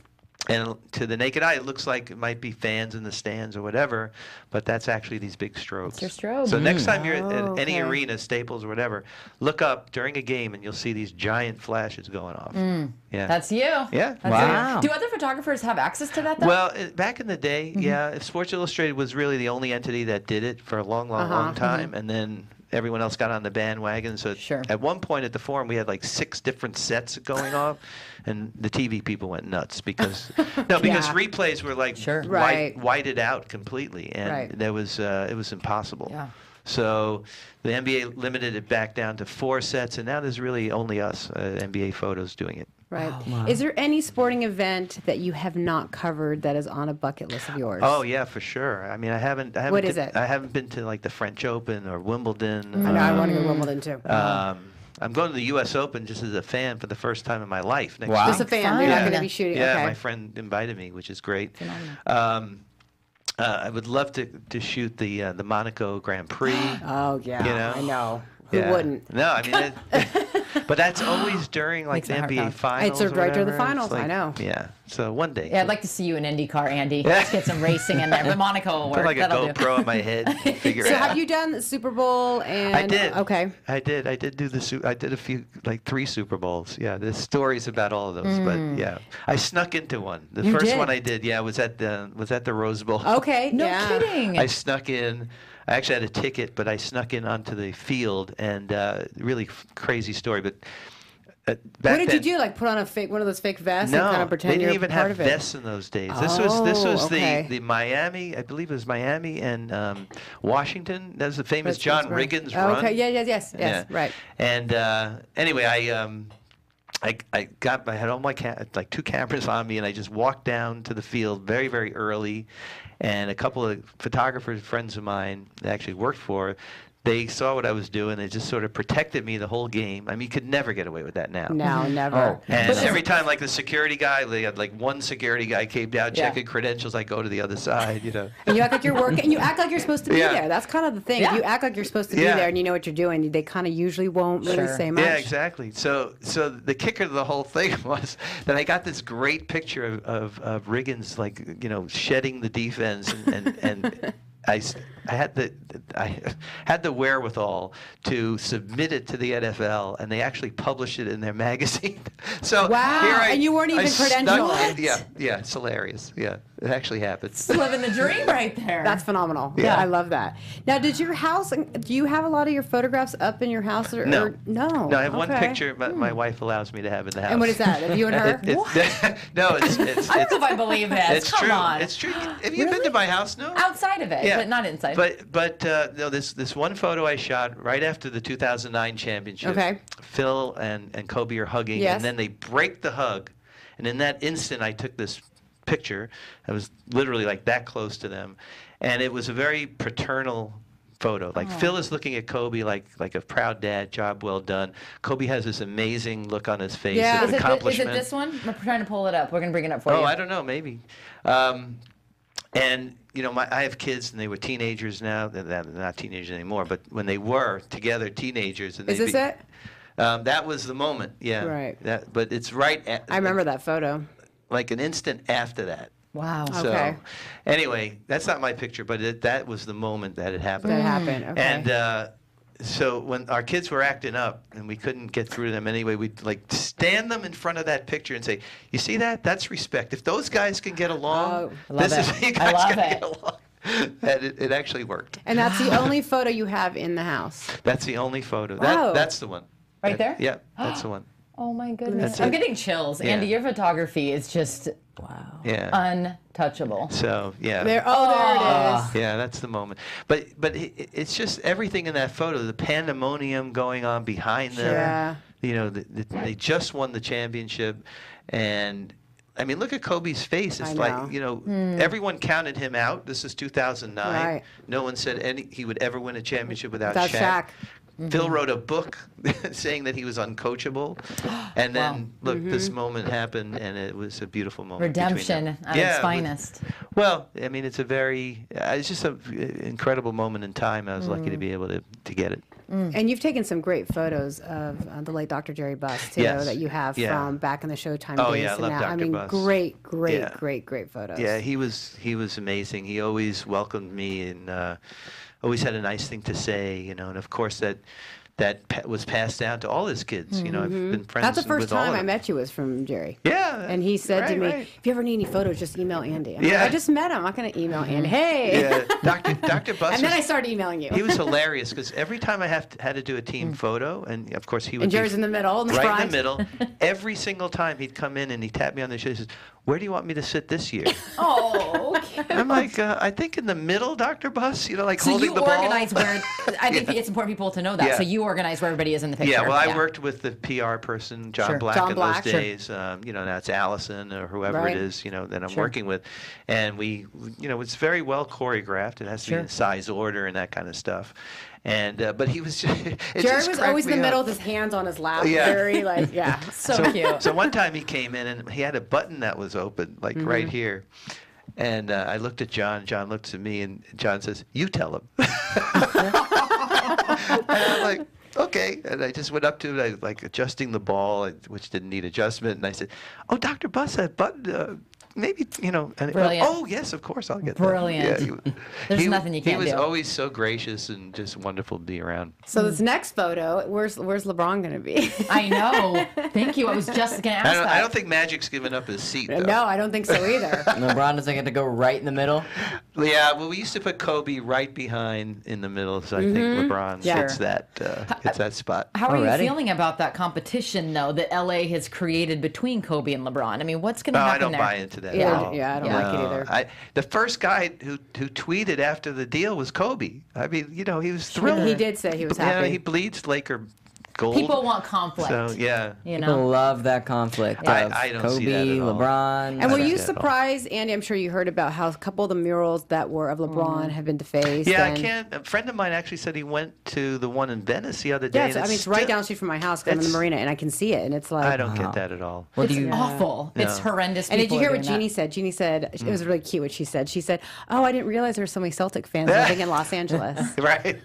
S4: And to the naked eye, it looks like it might be fans in the stands or whatever, but that's actually these big strobes.
S3: your strobe.
S4: So next time you're at
S1: Oh, okay.
S4: any arena, Staples or whatever, look up during a game and you'll see these giant flashes going off. Yeah.
S3: Mm. That's you.
S4: Yeah.
S3: That's you.
S5: Wow.
S3: Do other photographers have access to that? Mm-hmm. Though?
S4: Well, i- back in the day, yeah, if Sports Illustrated was really the only entity that did it for a long,
S3: Uh-huh.
S4: long, long time, and then everyone else got on the bandwagon. So
S3: Mm-hmm. Sure.
S4: at one point at the forum, we had like six different sets going off, and the TV people went nuts because no, because
S1: Yeah.
S4: replays were like
S3: Sure.
S4: white,
S1: Right.
S4: whited out completely, and
S1: Right.
S4: there was uh, it was impossible.
S3: Yeah.
S4: So the NBA limited it back down to four sets, and now there's really only us, uh, NBA Photos, doing it.
S1: Right. Is there any sporting event that you have not covered that is on a bucket list of yours?
S4: Oh yeah, for sure. I mean, I haven't. I haven't
S1: What
S4: been-
S1: is it? Mm-hmm.
S4: I haven't been to like the French Open or Wimbledon.
S1: I know. I
S4: Um,
S1: want to go to Wimbledon too.
S4: um, I'm going to the U.S. Open just as a fan for the first time in my life. Next
S5: Wow.
S1: Just a
S4: week.
S1: fan. You're
S4: Yeah.
S1: not going to be shooting.
S4: Yeah,
S1: okay.
S4: my friend invited me, which is great. Um, uh, I would love to, to shoot the uh, the Monaco Grand Prix.
S1: Oh yeah,
S4: You know?
S1: I know. Who
S4: Yeah.
S1: wouldn't?
S4: No, I mean, it, but that's always during like
S3: Makes
S4: the
S3: my heart
S4: NBA
S3: pound. It's
S4: finals. or
S1: right during the
S4: whatever. It's
S1: finals, I
S4: like-
S1: know.
S4: Yeah, so one day.
S3: yeah, I'd like to see you in IndyCar, Andy. Let's get some racing in there. But Monaco will
S4: put
S3: work.
S4: like a
S3: That'll do.
S4: GoPro in my head. and Figure
S1: So
S4: it out.
S1: have you done the Super Bowl and? uh,
S4: I did.
S1: Okay.
S4: I did. I did do the. Su- I did a few, like three Super Bowls. Yeah, there's stories about all of those,
S1: Mm.
S4: but yeah, I snuck into one. The first
S3: did?
S4: one I did, yeah, was at the was at the Rose Bowl.
S1: Okay.
S3: No
S1: yeah.
S3: kidding.
S4: I snuck in. I actually had a ticket, but I snuck in onto the field, and uh, really f- crazy story. But uh,
S1: What
S4: back
S1: did
S4: then,
S1: you do? Like put on a fake one of those fake vests
S4: no,
S1: and kind of pretend
S4: they didn't
S1: you're
S4: even
S1: part
S4: have
S1: of it.
S4: vests in those days. This was this
S1: Oh,
S4: was
S1: okay.
S4: the, the Miami, I believe it was Miami and um, Washington. That was the famous
S1: That's-
S4: John
S1: that's right.
S4: Riggins
S1: Oh,
S4: run.
S1: Okay. Yeah. Yeah. Yes. Yes.
S4: Yeah.
S1: Right.
S4: And uh, anyway, I um, I I got I had all my ca- like two cameras on me, and I just walked down to the field very very early, and a couple of photographers friends of mine that I actually worked for. They saw what I was doing. They just sort of protected me the whole game. I mean, you could never get away with that now.
S1: No. Never.
S4: And every time, like the security guy, they had like one security guy came down,
S3: Yeah.
S4: checking credentials. I go to the other side, you know.
S1: And you act like you're working. And you act like you're supposed to be
S4: Yeah.
S1: there. That's kind of the thing.
S3: Yeah.
S1: If you act like you're supposed to be
S4: Yeah.
S1: there and you know what you're doing, they kind of usually won't really
S3: Sure.
S1: say much.
S4: Yeah, exactly. So, so the kicker to the whole thing was that I got this great picture of, of, of Riggins, like you know, shedding the defense, and and, and I, s- I had the the- I had the wherewithal to submit it to the NFL, and they actually published it in their magazine. so
S1: Wow,
S4: here I,
S1: and you weren't
S4: I
S1: even
S4: snuck-
S1: credentialed.
S4: Yeah, yeah, it's hilarious. Yeah, it actually happens.
S3: Living the dream right there.
S1: That's phenomenal. Yeah. I love that. Now, did your house? Do you have a lot of your photographs up in your house? Or,
S4: No,
S1: or- no.
S4: no. I have one
S1: Okay. Hmm.
S4: picture my, my wife allows me to have in the house.
S1: And what is that? Of you and her?
S4: It- no, it's it's,
S3: I
S4: it's,
S3: don't know if I believe that.
S4: it's
S3: Come
S4: true.
S3: on.
S4: It's true. Have you been to my house? No.
S3: Outside of it, but not inside.
S4: But but uh, no, this this one photo I shot right after the 2009 championship.
S1: Okay.
S4: Phil and and Kobe are hugging,
S1: Yes.
S4: and then they break the hug, and in that instant I took this picture. I was literally like that close to them, and it was a very paternal photo. Like
S3: Oh.
S4: Phil is looking at Kobe like like a proud dad, job well done. Kobe has this amazing look on his face
S1: Yeah.
S4: of
S3: is, it, thi- is it
S4: accomplishment.
S3: this one? We're trying to pull it up. We're gonna bring it up for
S4: Oh,
S3: you.
S4: I don't know, maybe. Um, and you know, my, I have kids, and they were teenagers now. They're, they're not teenagers anymore, but when they were together, teenagers. And
S1: Is
S4: they'd
S1: this
S4: be-
S1: it?
S4: Um, that was the moment. Yeah.
S1: Right.
S4: That, but it's right. At,
S1: I remember that photo.
S4: Like an instant after that.
S3: wow.
S4: So,
S1: Okay.
S4: anyway, that's not my picture, but it, that was the moment that it happened.
S1: That happened. Okay.
S4: And uh, so when our kids were acting up and we couldn't get through them anyway, we'd like stand them in front of that picture and say, "You see that? That's respect. If those guys can get along,
S3: Oh, love
S4: this is
S3: it.
S4: how you guys
S3: I love
S4: gotta
S3: it.
S4: get along." And it, it actually worked.
S1: and that's the only photo you have in the house.
S4: That's the only photo.
S1: Wow.
S4: That, that's the one.
S3: Right there?
S4: Yeah, that's the one.
S3: Oh my goodness. I'm getting chills.
S4: Yeah.
S3: Andy, your photography is just wow.
S4: Yeah.
S3: Untouchable.
S4: so yeah.
S1: There. Oh, there it is.
S4: Yeah, that's the moment. But but i i- it's just everything in that photo, the pandemonium going on behind them.
S1: Yeah.
S4: You know, the, the, they just won the championship, and I mean, look at Kobe's face. It's
S1: I know.
S4: like you know, everyone counted him out. This is 2009.
S1: Hmm. Right.
S4: No one said any he would ever win a championship without
S1: Without Mm-hmm.
S4: Shaq. Phil wrote a book saying that he was uncoachable, and then look, this
S1: Mm-hmm.
S4: moment happened, and it was a beautiful moment. between them.
S3: Redemption at
S4: Yeah,
S3: its
S4: it was-
S3: finest.
S4: well, I mean, it's a very, uh, it's just an incredible moment in time. I was lucky
S1: Mm.
S4: to be able to, to get it.
S1: And you've taken some great photos of uh, the late Dr. Jerry Buss too,
S4: Yes.
S1: that you have
S4: Yeah.
S1: from back in the Showtime
S4: Oh,
S1: days.
S4: yeah, I
S1: and
S4: love
S1: now. I
S4: Dr.
S1: mean,
S4: Buss.
S1: great, great,
S4: Yeah.
S1: great, great photos.
S4: Yeah, he was he was amazing. He always welcomed me and uh, always had a nice thing to say, you know. And of course that that pa- was passed down to all his kids. You know, I've been friends.
S1: Mm-hmm. That's the first
S4: with all
S1: time
S4: of
S1: I
S4: them.
S1: met you was from Jerry.
S4: Yeah,
S1: And he said to
S4: right,
S1: me,
S4: right.
S1: if you ever need any photos, just email Andy. I'm
S4: Yeah. Mm-hmm.
S1: like, I just met him. I'm not going to email Andy. Hey.
S4: Yeah, Doctor Doctor Buss.
S1: and then I
S4: was-
S1: started emailing you.
S4: He was hilarious because every time I have to, had to do a team photo, and of course he would.
S1: Mm. and Jerry's
S4: be,
S1: in the middle, in the
S4: right
S1: front.
S4: in the middle. Every single time he'd come in and he'd tap me on the shoulder. He says, "Where do you want me to sit this year?"
S3: Oh, okay.
S4: I'm like, uh, I think in the middle, Doctor Bus. You know, like
S3: So
S4: holding
S3: you
S4: the
S3: organize
S4: ball.
S3: where I think it's important for people to know that.
S4: Yeah.
S3: So you organize where everybody is in the picture.
S4: yeah, well, I worked with the PR person, John
S3: Sure.
S4: Black,
S1: John
S4: in
S1: Black,
S4: those
S1: sure.
S4: days. Um, you know, now it's Allison or whoever
S1: Right.
S4: it is, you know, that I'm working with. And we, you know, it's very well choreographed. It has to be in size order and that kind of stuff. And, uh, but he was just. it
S1: Jerry
S4: just
S1: was
S4: cracked
S1: always in the
S4: me up.
S1: middle with his hands on his lap.
S4: Yeah.
S1: Very, like, yeah.
S3: So, cute.
S4: So one time he came in and he had a button that was open, like
S3: Mm-hmm.
S4: right here. And uh, I looked at John. John looked at me, and John says, "You tell him." and I'm like, "Okay." And I just went up to him, I was like adjusting the ball, and- which didn't need adjustment. And I said, "Oh, Doctor Buss, that button, uh, maybe you know." And he went,
S3: Brilliant.
S4: oh yes, of course, I'll get
S3: Brilliant.
S4: that. Yeah, he-
S3: There's
S4: he-
S3: nothing you
S4: He
S3: can't
S4: was
S3: do.
S4: always so gracious and just wonderful to be around.
S1: So this next photo, where's where's LeBron going to be?
S3: I know. Thank you. I was just gonna ask
S4: I don't,
S3: that.
S4: I don't think Magic's given up his seat. Though.
S1: Uh, no, I don't think so either.
S5: LeBron doesn't get to go right in the middle.
S4: Yeah, well, we used to put Kobe right behind in the middle, so I
S1: Mm-hmm.
S4: think LeBron
S1: Yeah.
S4: hits that uh, hits that spot.
S3: How are
S5: Already?
S3: you feeling about that competition though that LA has created between Kobe and LeBron? I mean, what's gonna
S4: No, Oh, I
S3: happen
S4: don't
S3: there?
S4: buy into that.
S1: Yeah,
S4: at all.
S1: yeah, I don't like it either.
S4: I- the first guy who who tweeted after the deal was Kobe. I mean, you know, he was thrilled.
S1: He did say he was
S4: Yeah,
S1: happy.
S4: he bleeds Laker gold.
S3: People want conflict.
S4: So yeah,
S3: You
S5: People
S3: know?
S5: love that conflict.
S4: I-
S5: of
S4: I don't
S5: Kobe,
S4: see that at all.
S5: LeBron.
S1: And were
S4: I
S1: you
S4: don't see it at all.
S1: surprised, Andy? I'm sure you heard about how a couple of the murals that were of LeBron have been defaced.
S4: yeah.
S1: and-
S4: I can't. A friend of mine actually said he went to the one in Venice the other day.
S1: Yeah,
S4: and
S1: so, I mean, it's right
S4: still-
S1: down the street from my house. 'cause I'm in
S4: it's-
S1: the marina, and I can see it, and it's like.
S4: I don't get that at all.
S5: Well, do
S3: It's
S5: you-
S3: awful. It's horrendous.
S1: And did you
S3: people are
S1: hear what
S3: doing that.
S1: Jeannie said? Jeannie said it
S4: Mm.
S1: was really cute what she said. She said, "Oh, I didn't realize there were so many Celtic fans living in Los Angeles."
S4: Right?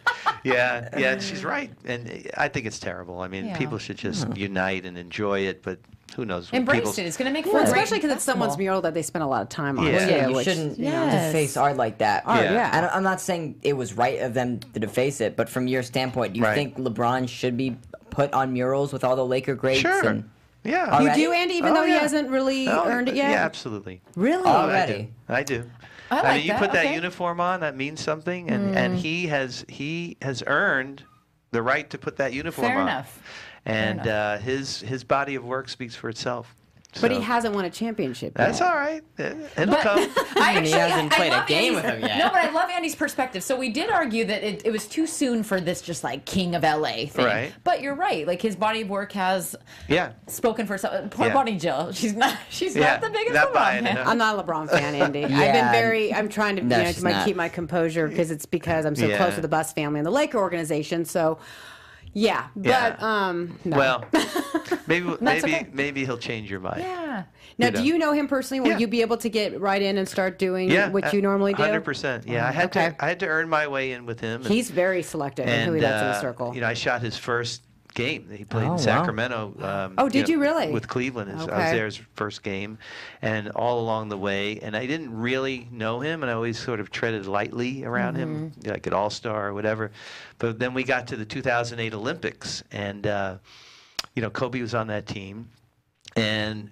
S4: Yeah, yeah. She's right, and I think it's terrible. terrible. I mean,
S3: Yeah. Hmm.
S4: people should just unite and enjoy it, but who knows? what
S3: Embrace
S4: people,
S3: it. It's going to make for
S1: Well,
S3: a great
S1: especially because it's someone's
S3: festival.
S1: mural that they spent a lot of time on.
S4: Yeah.
S1: too,
S5: Yeah, you
S1: which-
S5: shouldn't you know,
S3: Yes.
S5: deface art like that.
S4: Yeah. yeah.
S5: I don't, I'm not saying it was right of them to deface it, but from your standpoint, do you
S4: Right.
S5: think LeBron should be put on murals with all the Laker greats?
S4: Sure.
S5: And,
S4: Yeah.
S5: All
S1: You
S5: right.
S1: do, Andy, even
S4: Oh,
S1: though he
S4: yeah.
S1: hasn't really
S4: No,
S1: earned it yet.
S4: Yeah, absolutely.
S5: really?
S4: Oh,
S5: Already?
S4: I do.
S3: I
S4: I,
S3: like
S4: mean, you
S3: that,
S4: put
S3: okay. Hmm.
S4: that uniform on, that means something, and, and he has he has earned the right to put that uniform
S3: Fair
S4: on.
S3: enough.
S4: And Uh, his his body of work speaks for itself.
S1: But he
S4: So,
S1: hasn't won a championship.
S4: That's
S1: yet.
S4: all right. It, it'll come.
S3: I
S5: mean, he hasn't played a
S3: love
S5: game with
S3: Andy's-
S5: him yet.
S3: No, but I love Andy's perspective. So we did argue that it, it was too soon for this just like king of LA thing.
S4: Right.
S3: But you're right. Like his body of work has
S4: yeah.
S3: spoken for itself. Poor
S4: Yeah.
S3: Bonnie Jill. She's not. She's
S4: Yeah,
S3: not the biggest
S4: not
S3: LeBron
S4: buying
S3: fan.
S4: it, huh?
S1: I'm not a LeBron fan, Andy. I've been
S5: Yeah.
S1: very. I'm trying to
S5: No,
S1: you know,
S5: she's
S1: my-
S5: not.
S1: keep my composure because it's because I'm so
S4: Yeah.
S1: close to the Bus family and the Laker organization. So, yeah. But
S4: Yeah.
S1: um, no.
S4: Well, maybe maybe
S3: okay.
S4: maybe he'll change your mind.
S3: Yeah.
S1: now,
S4: you
S1: do
S4: know.
S1: you know him personally? Will
S4: Yeah.
S1: you be able to get right in and start doing
S4: Yeah, uh,
S1: what
S4: a-
S1: you normally do?
S4: 100%. Yeah, I had
S1: okay.
S4: to I had to earn my way in with him. and-
S1: He's very selective in who he lets in the
S4: uh,
S1: circle.
S4: You know, I shot his first game that he played
S5: Oh, wow.
S4: in Sacramento. Um,
S1: Oh, did
S4: know,
S1: you really?
S4: With Cleveland, His- I was
S1: Okay.
S4: there his first game, and all along the way, and I didn't really know him, and I always sort of treaded lightly around him,
S1: Mm-hmm.
S4: like an All Star or whatever. But then we got to the 2008 Olympics, and uh, you know, Kobe was on that team, and.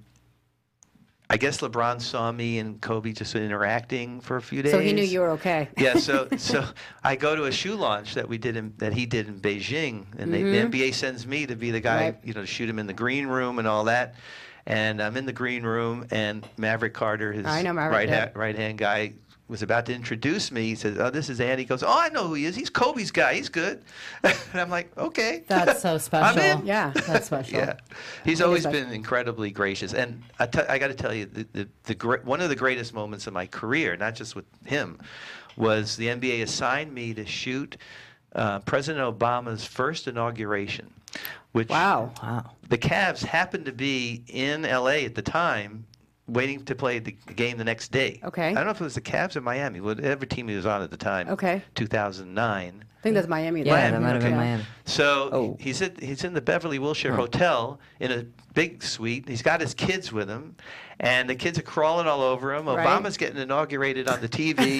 S4: I guess LeBron saw me and Kobe just interacting for a few days.
S1: so he knew you were okay.
S4: Yeah, so so I go to a shoe launch that we did in, that he did in Beijing, and they, the NBA sends me to be the guy,
S1: Mm-hmm. Right.
S4: you know, to shoot him in the green room and all that. And I'm in the green room, and Maverick Carter, his
S1: I know Maverick,
S4: right
S1: yeah.
S4: ha- right hand guy, was about to introduce me. He says, "Oh, this is Andy." He goes, "Oh, I know who he is. He's Kobe's guy. He's good." and I'm like, "Okay."
S3: That's so special.
S4: in.
S1: Yeah.
S3: That's special.
S4: Yeah, he's always been incredibly gracious, and I got to tell you, the, the, the gre- one of the greatest moments of my career, not just with him, was the NBA assigned me to shoot uh, President Obama's first inauguration, which
S1: Wow.
S4: the Cavs happened to be in LA at the time, waiting to play the game the next day.
S1: Okay.
S4: I don't know if it was the Cavs or Miami, whatever team he was on at the time.
S1: Okay.
S4: 2009.
S1: I think that's Miami.
S5: Yeah,
S1: though.
S5: that might have been
S1: Okay.
S5: Miami.
S4: So
S5: Oh.
S4: he's at, he's in the Beverly Wilshire Hotel in a big suite. He's got his kids with him, and the kids are crawling all over him.
S1: Right.
S4: Obama's getting inaugurated on the TV.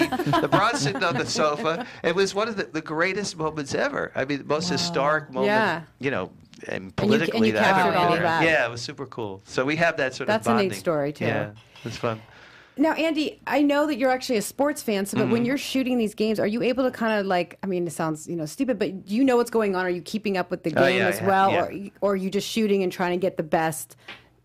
S4: LeBron's sitting on the sofa. It was one of the, the greatest moments ever. I mean, the most historic moment.
S1: Yeah.
S4: You know, and
S1: you- and
S4: politically
S1: you
S4: that I've
S1: captured
S4: ever
S1: all of
S4: been.
S1: that.
S4: Yeah, it was super cool. So we have that sort
S1: That's a
S4: of
S1: neat
S4: bonding.
S1: story, too.
S4: Yeah, it's fun.
S1: Now, Andy, I know that you're actually a sports fan, so but
S4: Mm-hmm.
S1: when you're shooting these games, are you able to kind of like? I mean, it sounds you know stupid, but do you know what's going on? Are you keeping up with the game
S4: Oh, yeah,
S1: as
S4: yeah,
S1: well,
S4: yeah.
S1: or or are you just shooting and trying to get the best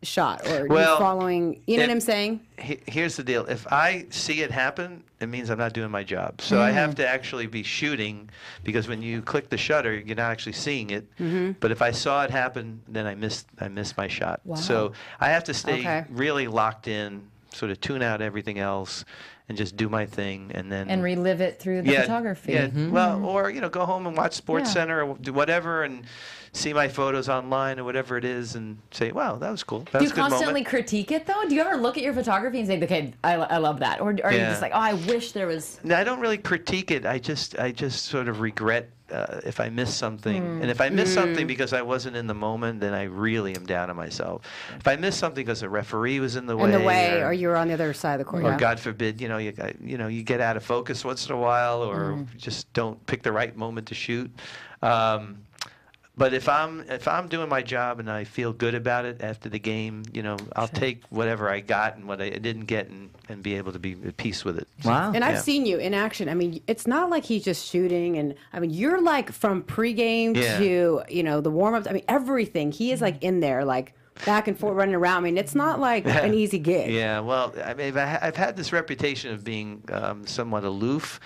S1: shot, or are you
S4: Well,
S1: following? You know
S4: it-
S1: what I'm saying?
S4: he- here's the deal. If I see it happen, it means I'm not doing my job. So I
S3: Mm-hmm.
S4: have to actually be shooting because when you click the shutter, you're not actually seeing it.
S3: Mm-hmm.
S4: But if I saw it happen, then I missed I missed my shot. So I have to stay
S1: Okay.
S4: really locked in, sort of tune out everything else, and just do my thing, and then
S3: And relive it through the
S4: yeah,
S3: photography. Mm-hmm.
S4: Yeah, well, or you know, go home and watch Sports
S3: Yeah.
S4: Center or do whatever, and see my photos online or whatever it is, and say, "Wow, that was cool." That
S3: Do
S4: was
S3: you
S4: a good moment."
S3: constantly critique it though? Do you ever look at your photography and say, "Okay, I, lo- I love that," or are you
S4: Yeah.
S3: just like, "Oh, I wish there was"?
S4: No, I don't really critique it. I just I just sort of regret uh, if I miss something,
S1: Hmm.
S4: and if I miss something because I wasn't in the moment, then I really am down on myself. If I miss something because the referee was in the way,
S1: In the way, or, you're on the other side of the court.
S4: or
S1: yeah.
S4: God forbid, you know, you got- you know, you get out of focus once in a while, or
S1: Hmm.
S4: just don't pick the right moment to shoot. Um, but if I'm if I'm doing my job and I feel good about it after the game, you know, I'll take whatever I got and what I didn't get and, and be able to be at peace with it. So-
S5: Wow.
S1: And I've
S4: Yeah.
S1: seen you in action. I mean, it's not like he's just shooting. And I mean, you're like from pregame
S4: Yeah. Mm-hmm.
S1: to you know the warm ups. I mean, everything. He is like in there, like back and forth, running around. I mean, it's not like an easy gig.
S4: Yeah, well, I mean, I ha- I've had this reputation of being um, somewhat aloof.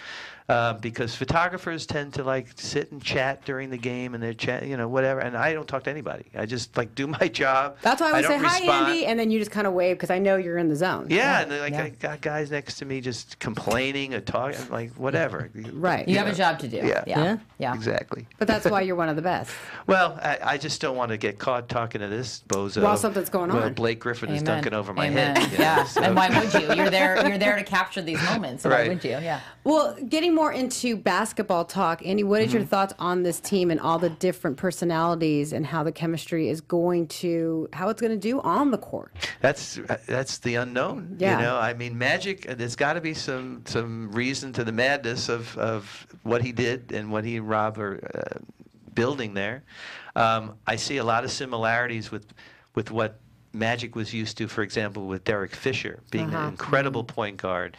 S4: Uh, because photographers tend to like sit and chat during the game and they're chat, you know, whatever. And I don't talk to anybody. I just like do my job.
S1: That's why I would say
S4: don't
S1: hi,
S4: respond.
S1: Andy, and then you just kind of wave because I know you're in the zone.
S4: yeah, and they're like I got guys next to me just complaining or talking, like whatever.
S1: Right.
S3: You have a job to do.
S4: Yeah.
S3: yeah, yeah.
S4: Exactly.
S1: But that's why you're one of the best.
S4: Well, I, I just don't want to get caught talking to this bozo.
S1: While something's going
S4: Well,
S1: on.
S4: Blake Griffin is
S3: Amen.
S4: dunking over my
S3: Amen.
S4: head. you know,
S3: Yeah,
S4: so-
S3: and why would you? You're there. You're there to capture these moments. Why
S4: Right.
S3: would you? Yeah.
S1: Well, getting more into basketball talk, Andy, what
S4: Mm-hmm.
S1: is your thoughts on this team and all the different personalities and how the chemistry is going to, how it's going to do on the court?
S4: That's that's the unknown.
S1: Yeah.
S4: You know, I mean, Magic. uh, There's got to be some some reason to the madness of of what he did and what he and Rob are uh, building there. Um, I see a lot of similarities with with what Magic was used to, for example, with Derek Fisher being
S1: Uh-huh.
S4: an incredible
S1: Mm-hmm.
S4: point guard.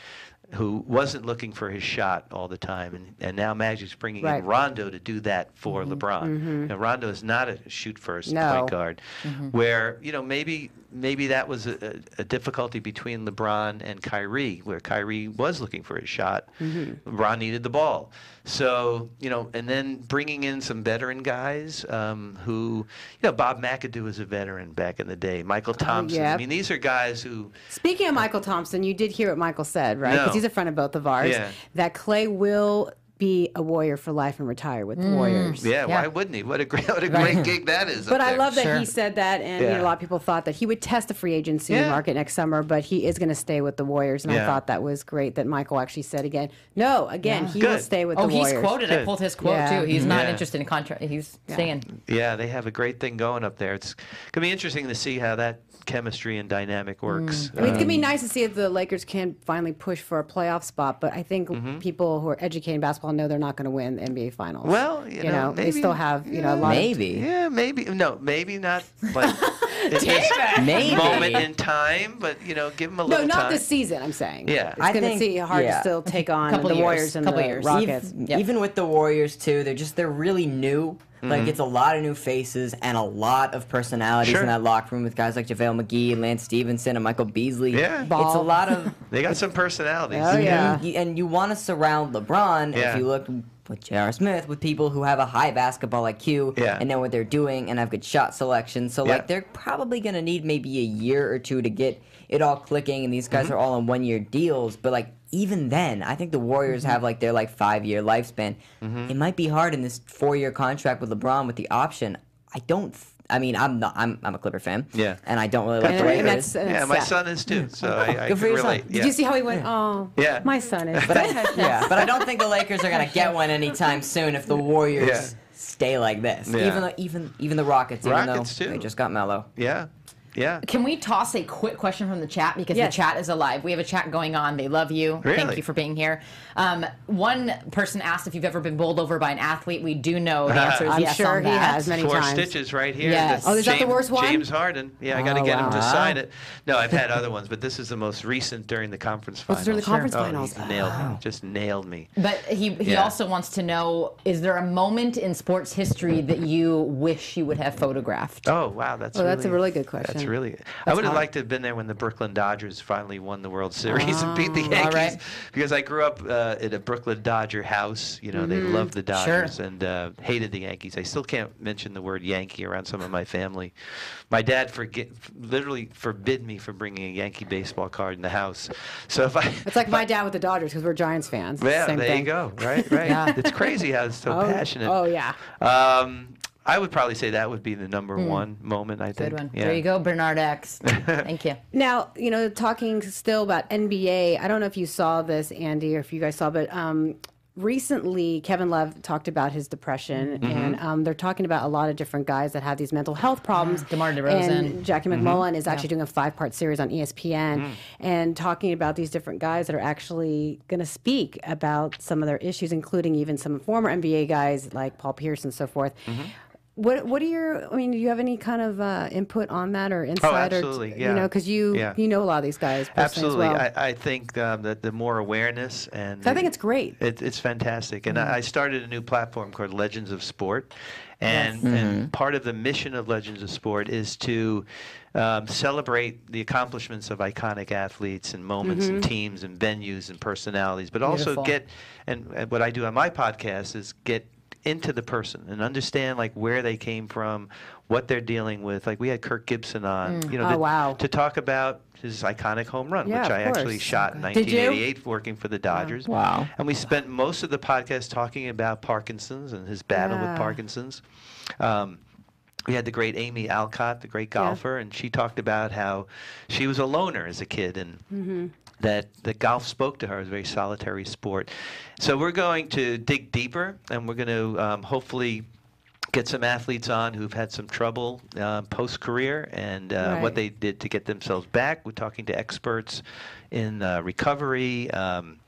S4: Who wasn't looking for his shot all the time, and, and now Magic's bringing
S1: Right. Mm-hmm.
S4: in Rondo to do that for LeBron. Now, Rondo is not a shoot first
S1: No.
S4: point guard guard,
S1: Mm-hmm.
S4: where you know maybe maybe that was a, a- a difficulty between LeBron and Kyrie, where Kyrie was looking for his shot,
S1: Mm-hmm.
S4: LeBron needed the ball. So you know, and then bringing in some veteran guys um, who, you know, Bob McAdoo was a veteran back in the day. Michael
S1: Oh,
S4: Thompson. I
S1: yep.
S4: mean, these are guys who
S1: Speaking of Michael Thompson, you did hear what Michael said, right? Because
S4: Uh, No.
S1: he's a friend of both of ours.
S4: Yeah.
S1: That Clay will be a warrior for life and retire with the
S4: Mm.
S1: Warriors.
S4: yeah, why wouldn't he? What a great, what a great gig that is. up
S1: But I
S4: there.
S1: love that he said that, and you know, a
S4: Yeah.
S1: lot of people thought that he would test the free agency
S4: Yeah.
S1: market next summer, but he is going to stay with the Warriors, and I
S4: Yeah.
S1: thought that was great that Michael actually said again, no, again, he will
S4: Good.
S1: stay with
S3: Oh,
S1: the
S3: he's
S1: Warriors.
S3: quoted. I
S4: Good.
S3: pulled his quote
S1: Yeah.
S3: too. He's not
S4: Yeah.
S3: interested in contract. He's staying.
S4: Yeah, they have a great thing going up there. It's gonna be interesting to see how that chemistry and dynamic works.
S1: I mean, it's going
S5: Mm.
S1: to be nice to see if the Lakers can finally push for a playoff spot, but I think
S4: Mm-hmm.
S1: people who are educated in basketball know they're not going to win the NBA Finals.
S4: Well, you know,
S1: they
S4: maybe-
S1: still have you know a lot. Of,
S5: Maybe.
S4: Yeah, maybe. No, maybe not. Like at this
S5: Maybe.
S4: moment in time, but you know, give them a
S1: no,
S4: little
S1: not
S4: time.
S1: this season. I'm saying.
S4: Yeah.
S1: it's
S5: I
S1: going to
S5: think-
S1: see hard to
S5: yeah.
S1: still take on
S3: Couple
S1: the
S3: years,
S1: Warriors and
S3: couple
S1: the
S3: years.
S1: Rockets.
S5: Ev- Even with the Warriors too, they're just they're really new. Like it's a lot of new faces and a lot of personalities
S4: Mm-hmm. Sure.
S5: in that locker room with guys like JaVale McGee, Lance Stevenson, and Michael Beasley.
S4: Yeah.
S5: It's a
S1: Ball.
S5: lot of
S4: They got some personalities.
S1: Oh yeah.
S5: you- and you want to surround LeBron
S4: Mm-hmm. Yeah.
S5: if you look with J.R. Smith with people who have a high basketball IQ
S4: Yeah.
S5: and know what they're doing and have good shot selection. So
S4: Yeah.
S5: like they're probably gonna need maybe a year or two to get it all clicking and these guys
S4: Mm-hmm.
S5: are all on one year deals, but like even then, I think the Warriors
S4: Mm-hmm.
S5: have like their like five year lifespan. It might be hard in this four year contract with LeBron with the option. I don't th- I mean I'm not I'm I'm a Clipper fan.
S4: Yeah.
S5: And I don't really like
S1: And-
S5: the
S1: and
S5: Lakers.
S1: that's- and
S4: Yeah,
S1: that's
S4: my
S1: sad. Oh,
S4: son is too, so I, I
S5: Good for
S4: can
S5: your son.
S4: relate.
S1: Did you see how he went? Oh,
S4: Yeah.
S1: My son is.
S5: But I, yeah, but I don't think the Lakers are gonna get one anytime soon if the Warriors
S4: Yeah.
S5: stay like this.
S4: Yeah.
S5: Even though, even even the Rockets, even
S4: Rockets,
S5: though
S4: too.
S5: they just got mellow.
S4: Yeah, yeah.
S3: Can we toss a quick question from the chat because
S1: Yes.
S3: the chat is alive? We have a chat going on. They love you. Thank
S4: Really?
S3: you for being here. Um, one person asked if you've ever been bowled over by an athlete. We do know the answer is
S1: I'm
S3: yes.
S1: sure
S3: on
S1: he
S3: that.
S1: has many
S4: Four
S1: times.
S4: stitches right here.
S3: Yes.
S4: That's
S3: Oh,
S1: is that the
S4: James-
S1: worst one?
S4: James Harden. Yeah, I got to
S1: Oh,
S4: get him to
S1: wow.
S4: sign it. No, I've had other ones, but this is the most recent during the conference finals.
S1: it's during the conference
S4: Oh,
S1: finals.
S4: he nailed me. Just nailed me.
S3: But he, he
S4: Yeah.
S3: also wants to know: Is there a moment in sports history that you wish you would have photographed?
S4: Oh wow, that's
S1: Oh,
S4: really,
S1: that's a really good
S4: That's
S1: question.
S4: really. I would have liked to have been there when the Brooklyn Dodgers finally won the World Series and
S1: Oh,
S4: beat the
S3: all
S4: Yankees
S3: right.
S4: because I grew up uh, in a Brooklyn Dodger house. You know,
S1: Mm-hmm.
S4: they loved the Dodgers and uh, hated the Yankees. I still can't mention the word Yankee around some of my family. My dad forget, literally forbid me from bringing a Yankee baseball card in the house. So if I
S1: It's like my dad with the Dodgers because we're Giants fans.
S4: yeah,
S1: Same
S4: there
S1: thing.
S4: you go. Right, right. It's crazy how it's so
S1: Oh,
S4: passionate.
S1: oh, yeah.
S4: Um, I would probably say that would be the number
S1: Hmm.
S4: one moment. I think.
S3: Good one.
S4: Yeah.
S3: There you go, Bernard X. Thank you.
S1: Now, you know, talking still about NBA, I don't know if you saw this, Andy, or if you guys saw, but um, recently Kevin Love talked about his depression,
S3: Mm-hmm.
S1: and um, they're talking about a lot of different guys that have these mental health problems.
S3: DeMar DeRozan. Mm-hmm.
S1: And Jackie McMullen is actually doing a five part series on E ESPN
S3: Mm.
S1: and talking about these different guys that are actually going to speak about some of their issues, including even some former NBA guys like Paul Pierce and so forth.
S3: Mm-hmm.
S1: What, what are your I mean do you have any kind of uh, input on that or insight or
S4: Oh, absolutely,
S1: you
S4: yeah.
S1: know because you
S4: Yeah.
S1: you know a lot of these guys personally
S4: Absolutely.
S1: as well.
S4: I, I think um, that the more awareness and
S1: So I think it's great.
S4: It, it's fantastic. And
S1: Mm-hmm.
S4: I I started a new platform called Legends of Sport. And, and part of the mission of Legends of Sport is to um, celebrate the accomplishments of iconic athletes and moments and
S1: Mm-hmm.
S4: teams and venues and personalities, but also
S3: Beautiful.
S4: get, and, and what I do on my podcast is get into the person and understand like where they came from, what they're dealing with. Like we had Kirk Gibson on, you know,
S1: Oh,
S4: to,
S1: wow.
S4: to talk about his iconic home run,
S1: Yeah,
S4: which
S1: of
S4: I actually
S1: course.
S4: shot in
S1: Did you?
S4: 1988 working for the Dodgers.
S5: Wow.
S4: And we spent most of the podcast talking about Parkinson's and his battle
S1: Yeah.
S4: with Parkinson's. Um, we had the great Amy
S1: Mm-hmm.
S4: Alcott, the great golfer, and she talked about how she was a loner as a kid and that the golf spoke to her. It was a very solitary sport. So we're going to dig deeper, and we're going to um, hopefully get some athletes on who've had some trouble uh, post career and uh,
S1: Right.
S4: what they did to get themselves back. We're talking to experts in uh, recovery. Um,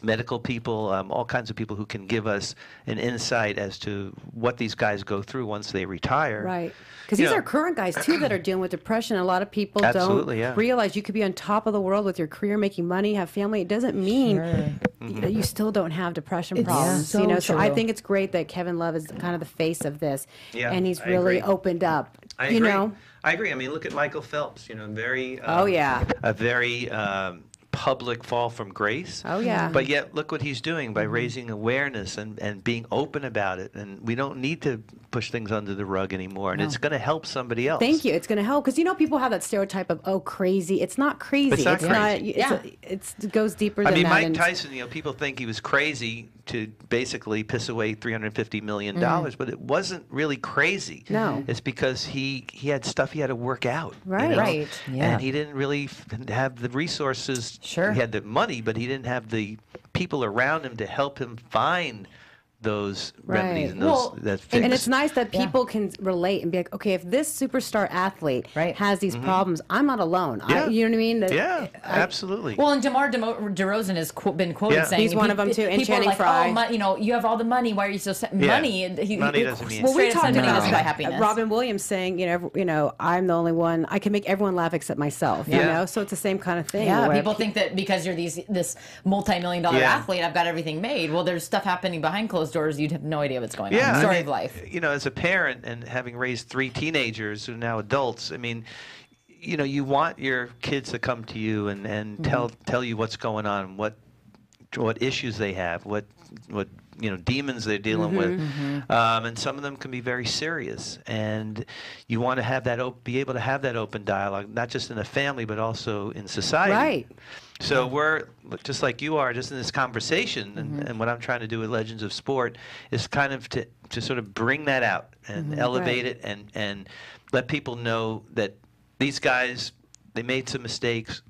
S4: Medical people, um, all kinds of people who can give us an insight as to what these guys go through once they retire.
S1: Right. Because
S4: You
S1: these
S4: know-
S1: are current guys too that are dealing with depression. A lot of people
S4: Absolutely,
S1: don't
S4: yeah.
S1: realize you could be on top of the world with your career, making money, have family. It doesn't mean that you still don't have depression problems.
S3: so
S1: you know, so I
S3: true.
S1: think it's great that Kevin Love is kind of the face of this,
S4: Yeah,
S1: and he's
S4: I
S1: really
S4: agree.
S1: opened up.
S4: I
S1: you
S4: agree.
S1: know,
S4: I agree. I mean, look at Michael Phelps. You know, very.
S1: Oh,
S4: um,
S1: yeah.
S4: A very um, public fall from grace.
S1: Oh, yeah.
S4: But yet, look what he's doing by raising awareness and and being open about it. And we don't need to push things under the rug anymore. And it's going to help somebody else.
S1: Thank you. It's going to help because you know people have that stereotype of oh crazy. It's not crazy.
S4: It's not crazy.
S1: It's, it's, it goes deeper than
S4: I mean,
S1: that.
S4: Mike
S1: and-
S4: Tyson. You know, people think he was crazy to basically piss away 350 million dollars, but it wasn't really crazy.
S1: Mm. No.
S4: it's because he he had stuff he had to work out. you
S1: Right.
S4: know?
S3: Right,
S5: yeah.
S4: And he didn't really f- have the resources.
S3: Sure.
S4: he had the money, but he didn't have the people around him to help him find those remedies
S1: Right.
S4: and those
S3: Well,
S4: that fix.
S1: And, it's nice that people can relate and be like, okay, if this superstar athlete
S3: Right.
S1: has these problems, I'm not alone. I,
S4: Mm-hmm. Yeah.
S1: you know what I mean? That-
S4: Yeah, absolutely.
S3: Well, and Demar Demo- DeRozan has qu- been quoted
S4: Yeah.
S3: saying
S4: He's
S1: one
S3: pe-
S1: of them, too, and
S3: people are
S1: Channing
S3: like,
S1: Frye.
S3: Oh, mon- you know, you have all the money. Why are you so sad?
S4: Yeah.
S3: money? And he,
S4: Money
S3: he-
S4: doesn't mean
S1: Well, we
S3: straight up
S1: talked
S3: said money
S1: about
S3: doesn't buy happiness.
S1: Robin Williams saying, you know, every- you know, I'm the only one. I can make everyone laugh except myself. You
S4: Yeah.
S1: know, so it's the same kind of thing.
S3: Yeah,
S1: where
S3: people think that because you're these this multi-million dollar
S4: Yeah.
S3: athlete, I've got everything made. Well, there's stuff happening behind closed doors. You'd have no idea what's going
S4: yeah,
S3: on.
S4: I
S3: Story
S4: mean,
S3: of life.
S4: You know, as a parent and having raised three teenagers who are now adults, I mean, you know, you want your kids to come to you and, and
S3: Mm-hmm.
S4: tell tell you what's going on, what what issues they have, what what you know demons they're
S3: Mm-hmm.
S4: dealing with, Um, and some of them can be very serious. And you want to have that op- be able to have that open dialogue, not just in a family but also in society.
S1: Right.
S4: So we're just like you are, just in this conversation,
S1: Mm-hmm.
S4: and, and what I'm trying to do with Legends of Sport is kind of to, to sort of bring that out and
S1: Mm-hmm.
S4: elevate it, and and let people know that these guys they made some mistakes,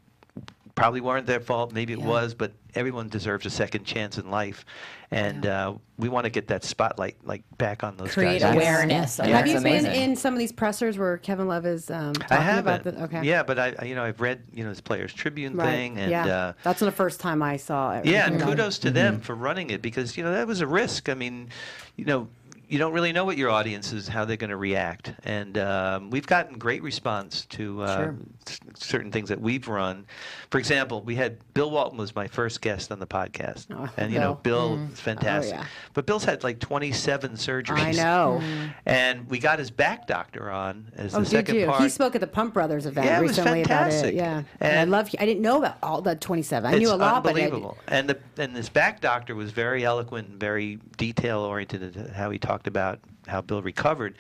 S4: probably weren't their fault, maybe it was, but everyone deserves a second chance in life, and uh, we want to get that spotlight like back on those
S3: Create
S4: guys.
S3: awareness.
S5: Yeah.
S1: Have you
S5: That's
S1: been
S5: amazing.
S1: in some of these pressers where Kevin Love is um, talking
S4: I haven't.
S1: about the? Okay.
S4: Yeah, but I I- you know I've read you know this Players Tribune
S1: Right.
S4: thing, and
S1: yeah.
S4: uh,
S1: That's the first time I saw it.
S4: Yeah, and kudos to them for running it because you know that was a risk. I mean, you know, you don't really know what your audience is, how they're going to react, and um, we've gotten great response to uh, s- certain things that we've run. For example, we had Bill Walton was my first guest on the podcast, and you know Bill is fantastic,
S1: Oh, yeah.
S4: but Bill's had like 27 surgeries.
S1: I know.
S4: and we got his back doctor on as
S1: Oh,
S4: the
S1: did
S4: second
S1: you?
S4: part.
S1: He spoke at the Pump Brothers event
S4: Yeah, it was
S1: recently about it.
S4: fantastic.
S1: Yeah, and I
S4: And-
S1: love. I didn't know about all the 27. I
S4: it's
S1: knew a lot, but I didn't-
S4: unbelievable. and the and this back doctor was very eloquent and very detail oriented in how he talked about how Bill recovered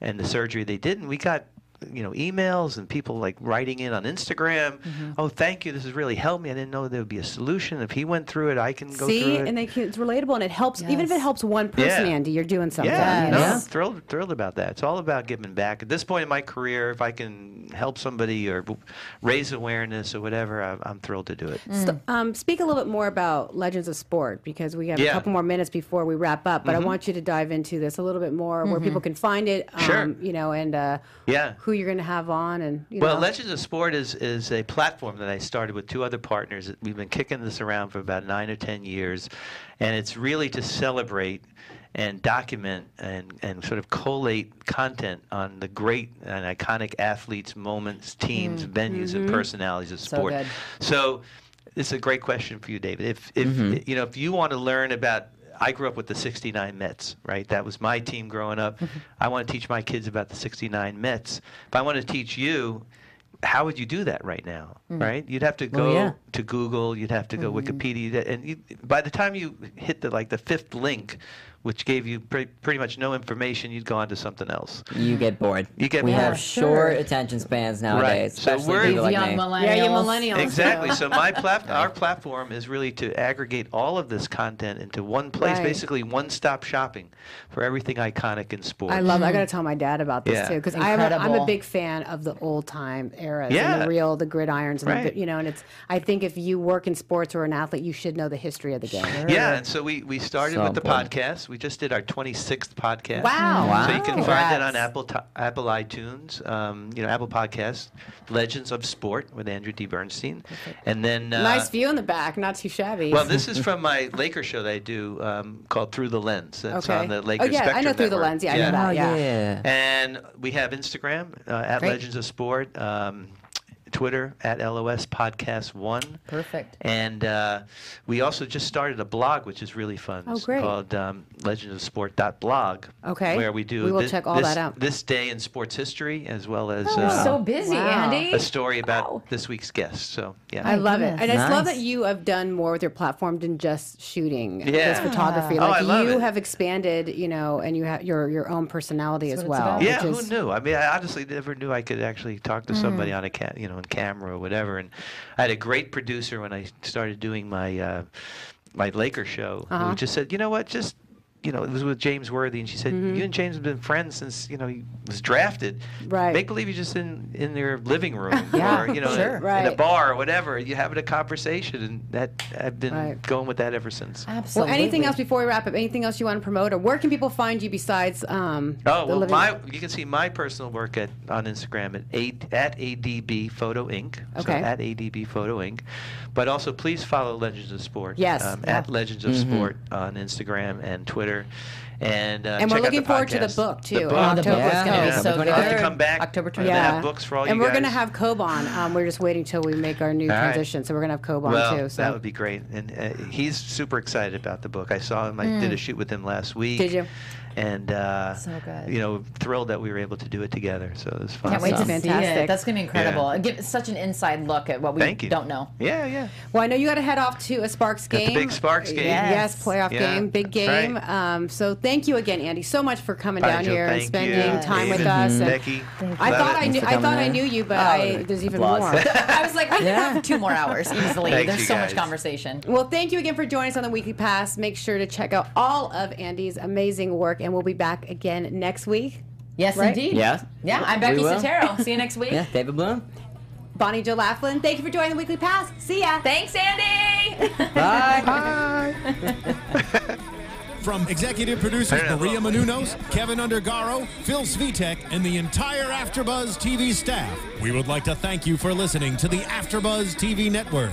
S4: and the surgery they did. And we got you know emails and people like writing in on Instagram.
S1: Mm-hmm.
S4: Oh, thank you. This has really helped me. I didn't know there would be a solution. If he went through it, I can go
S1: See,
S4: through it.
S1: and they can, it's relatable, and it helps. Even if it helps one person,
S4: Yeah.
S1: Andy, you're doing something.
S4: yeah,
S1: you
S4: no,
S1: know?
S4: I'm thrilled, thrilled about that. It's all about giving back. At this point in my career, if I can help somebody or w- raise awareness or whatever, I, I'm thrilled to do it.
S1: So, um, speak a little bit more about Legends of Sport because we have a
S4: Yeah. Mm-hmm.
S1: couple more minutes before we wrap up. But I want you to dive into this a little bit more, where people can find it. Um,
S4: Sure.
S1: You know, and uh,
S4: Yeah.
S1: who you're going to have on, and you
S4: Well,
S1: know.
S4: Legends of Sport is, is a platform that I started with two other partners. We've been kicking this around for about nine or ten years, and it's really to celebrate and document and, and sort of collate content on the great and iconic athletes, moments, teams,
S1: Mm,
S4: venues, and
S1: mm-hmm.
S4: personalities of sport.
S3: good.
S4: So, it's a great question for you, David. If if you know if you want to learn about I grew up with the 69 Mets, right? That was my team growing up. I want to teach my kids about the 69 Mets. If I want to teach you, how would you do that right now, right? You'd have to go
S3: yeah.
S4: to Google, you'd have to go Wikipedia, and you, by the time you hit the like the fifth link, which gave you pre- pretty much no information, you'd go on to something else.
S5: You get bored.
S4: You get
S5: we
S4: bored.
S5: have
S3: Sure.
S5: short attention spans
S4: Right.
S5: nowadays.
S4: So
S5: especially
S4: we're-
S5: people like
S3: young
S5: me.
S3: millennials.
S1: Yeah, you millennials.
S4: Exactly. So my plat- our platform is really to aggregate all of this content into one place,
S1: Right.
S4: basically one-stop shopping for everything iconic in sports.
S1: I love. I gotta tell my dad about this
S4: Yeah.
S1: too because I'm, a- I'm a
S3: Incredible.
S1: big fan of the old time eras and
S4: Yeah.
S1: the real, the gridirons, and the
S4: Right.
S1: the, you know. And it's I think if you work in sports or an athlete, you should know the history of the game.
S4: Yeah, and so we, we started
S5: So
S4: with the
S5: important.
S4: podcast. We just did our 26th podcast.
S1: Wow.
S4: So you can
S3: Wow.
S4: find that on
S3: Congrats.
S4: Apple t- Apple iTunes, um, you know, Apple Podcasts, Legends of Sport with Andrew D. Bernstein. And then uh,
S1: nice view in the back, not too shabby.
S4: Well, this is from my Lakers show that I do um, called Through the Lens. That's
S1: okay.
S4: on the Lakers
S1: oh yeah, I know
S4: Spectrum
S1: through the
S4: Network.
S1: lens. Yeah, I know
S5: Oh,
S1: that. Yeah.
S5: yeah.
S4: And we have Instagram uh, at Legends of Sport, um, Twitter at LOS Podcast One.
S3: Perfect.
S4: And uh, we also just started a blog, which is really fun.
S1: Oh,
S4: It's
S1: great.
S4: Called um, legendsofsport.blog.
S1: Okay.
S4: Where we do
S1: We will
S4: thi-
S1: check all
S4: this,
S1: that out.
S4: This day in sports history, as well as
S3: We're
S4: uh,
S3: so busy,
S1: Wow.
S3: Andy.
S4: a story about this week's guest. So, yeah.
S1: I love it. And I just love
S5: Nice.
S1: that you have done more with your platform than just shooting,
S4: Yeah.
S1: just photography.
S4: Oh,
S1: Like
S4: I love
S1: you
S4: it.
S1: have expanded, you know, and you have your your own personality as
S3: what it's
S1: well.
S3: about.
S4: Yeah,
S1: which is- Mm.
S4: who knew? I mean, I honestly never knew I could actually talk to somebody on a ca- you know, on camera or whatever. And I had a great producer when I started doing my uh, my Laker show
S1: Uh-huh.
S4: who just said, you know what, just you know, it was with James Worthy, and she said,
S1: Mm-hmm.
S4: "You and James have been friends since you know he was drafted.
S1: Right.
S4: Make believe you're just in in your living room,
S3: Yeah,
S4: or you know,
S3: sure.
S4: in, a
S1: Right.
S4: bar or whatever. You're having a conversation, and that I've been
S1: Right.
S4: going with that ever since.
S1: Well,
S3: Absolutely.
S1: anything else before we wrap up? Anything else you want to promote, or where can people find you besides? Um,
S4: Oh
S1: the
S4: well,
S1: living-
S4: my you can see my personal work at on Instagram at a, at adb photo inc. So
S1: Okay.
S4: at adb photo inc. But also, please follow Legends of Sport.
S1: Yes.
S4: Um,
S1: Yeah.
S4: At Legends of Sport on Instagram and Twitter, and uh,
S1: And we're
S4: check out the
S1: looking forward to the
S4: podcast.
S1: book, too,
S4: The
S1: in
S4: book.
S1: October.
S3: Oh,
S5: It's gonna be
S4: Yeah.
S5: so
S4: I'll have to
S3: good.
S4: come back.
S3: October
S4: I'm gonna have books for all
S1: and
S4: you
S1: we're
S4: guys.
S1: gonna have Koban. Um, we're just waiting till we make our new
S4: All right.
S1: transition, so we're gonna have Koban
S4: well,
S1: too. So
S4: that would be great, and uh, he's super excited about the book. I saw him. I did a shoot with him last week.
S1: Mm. Did you?
S4: And uh,
S3: So good.
S4: You know, thrilled that we were able to do it together. So it was fun.
S3: Can't wait to
S1: Awesome.
S3: see
S1: Fantastic.
S3: it. That's gonna be incredible. Give such an inside look at what we
S4: Thank you.
S3: don't know.
S4: Yeah, yeah.
S1: well, I know you got to head off to a Sparks
S4: the
S1: game.
S4: big Sparks game.
S1: Yes,
S3: Yes.
S1: playoff
S4: Yeah,
S1: game, big
S4: that's
S1: game.
S4: right.
S1: Um, so thank you again, Andy, so much for coming down
S4: Nigel,
S1: here and
S4: thank
S1: spending
S4: you.
S1: time with
S4: David,
S1: us. And
S4: Becky,
S1: I
S4: love
S1: thought
S4: it.
S1: I knew.
S5: for
S1: I
S5: coming
S1: thought I
S5: down.
S1: knew you, but
S5: Oh,
S1: I, there's even
S5: applause.
S1: more.
S3: I was like, we can have two more hours easily.
S4: Thank you,
S3: There's so much
S4: guys.
S3: conversation.
S1: Well, thank you again for joining us on the Weekly Pass. Make sure to check out all of Andy's amazing work, and we'll be back again next week.
S3: Yes,
S1: Right?
S3: indeed.
S5: Yeah.
S3: Yeah, I'm
S5: We
S3: Becky
S5: will.
S3: Sotero. See you next week.
S5: Yeah, David Bloom.
S1: Bonnie Joe Laughlin, thank you for joining the Weekly Pass. See ya.
S3: Thanks, Andy.
S5: Bye.
S6: From executive producers
S4: Turn it up.
S6: Maria Manunos, Kevin Undergaro, Phil Svitek, and the entire AfterBuzz TV staff, we would like to thank you for listening to the AfterBuzz TV network.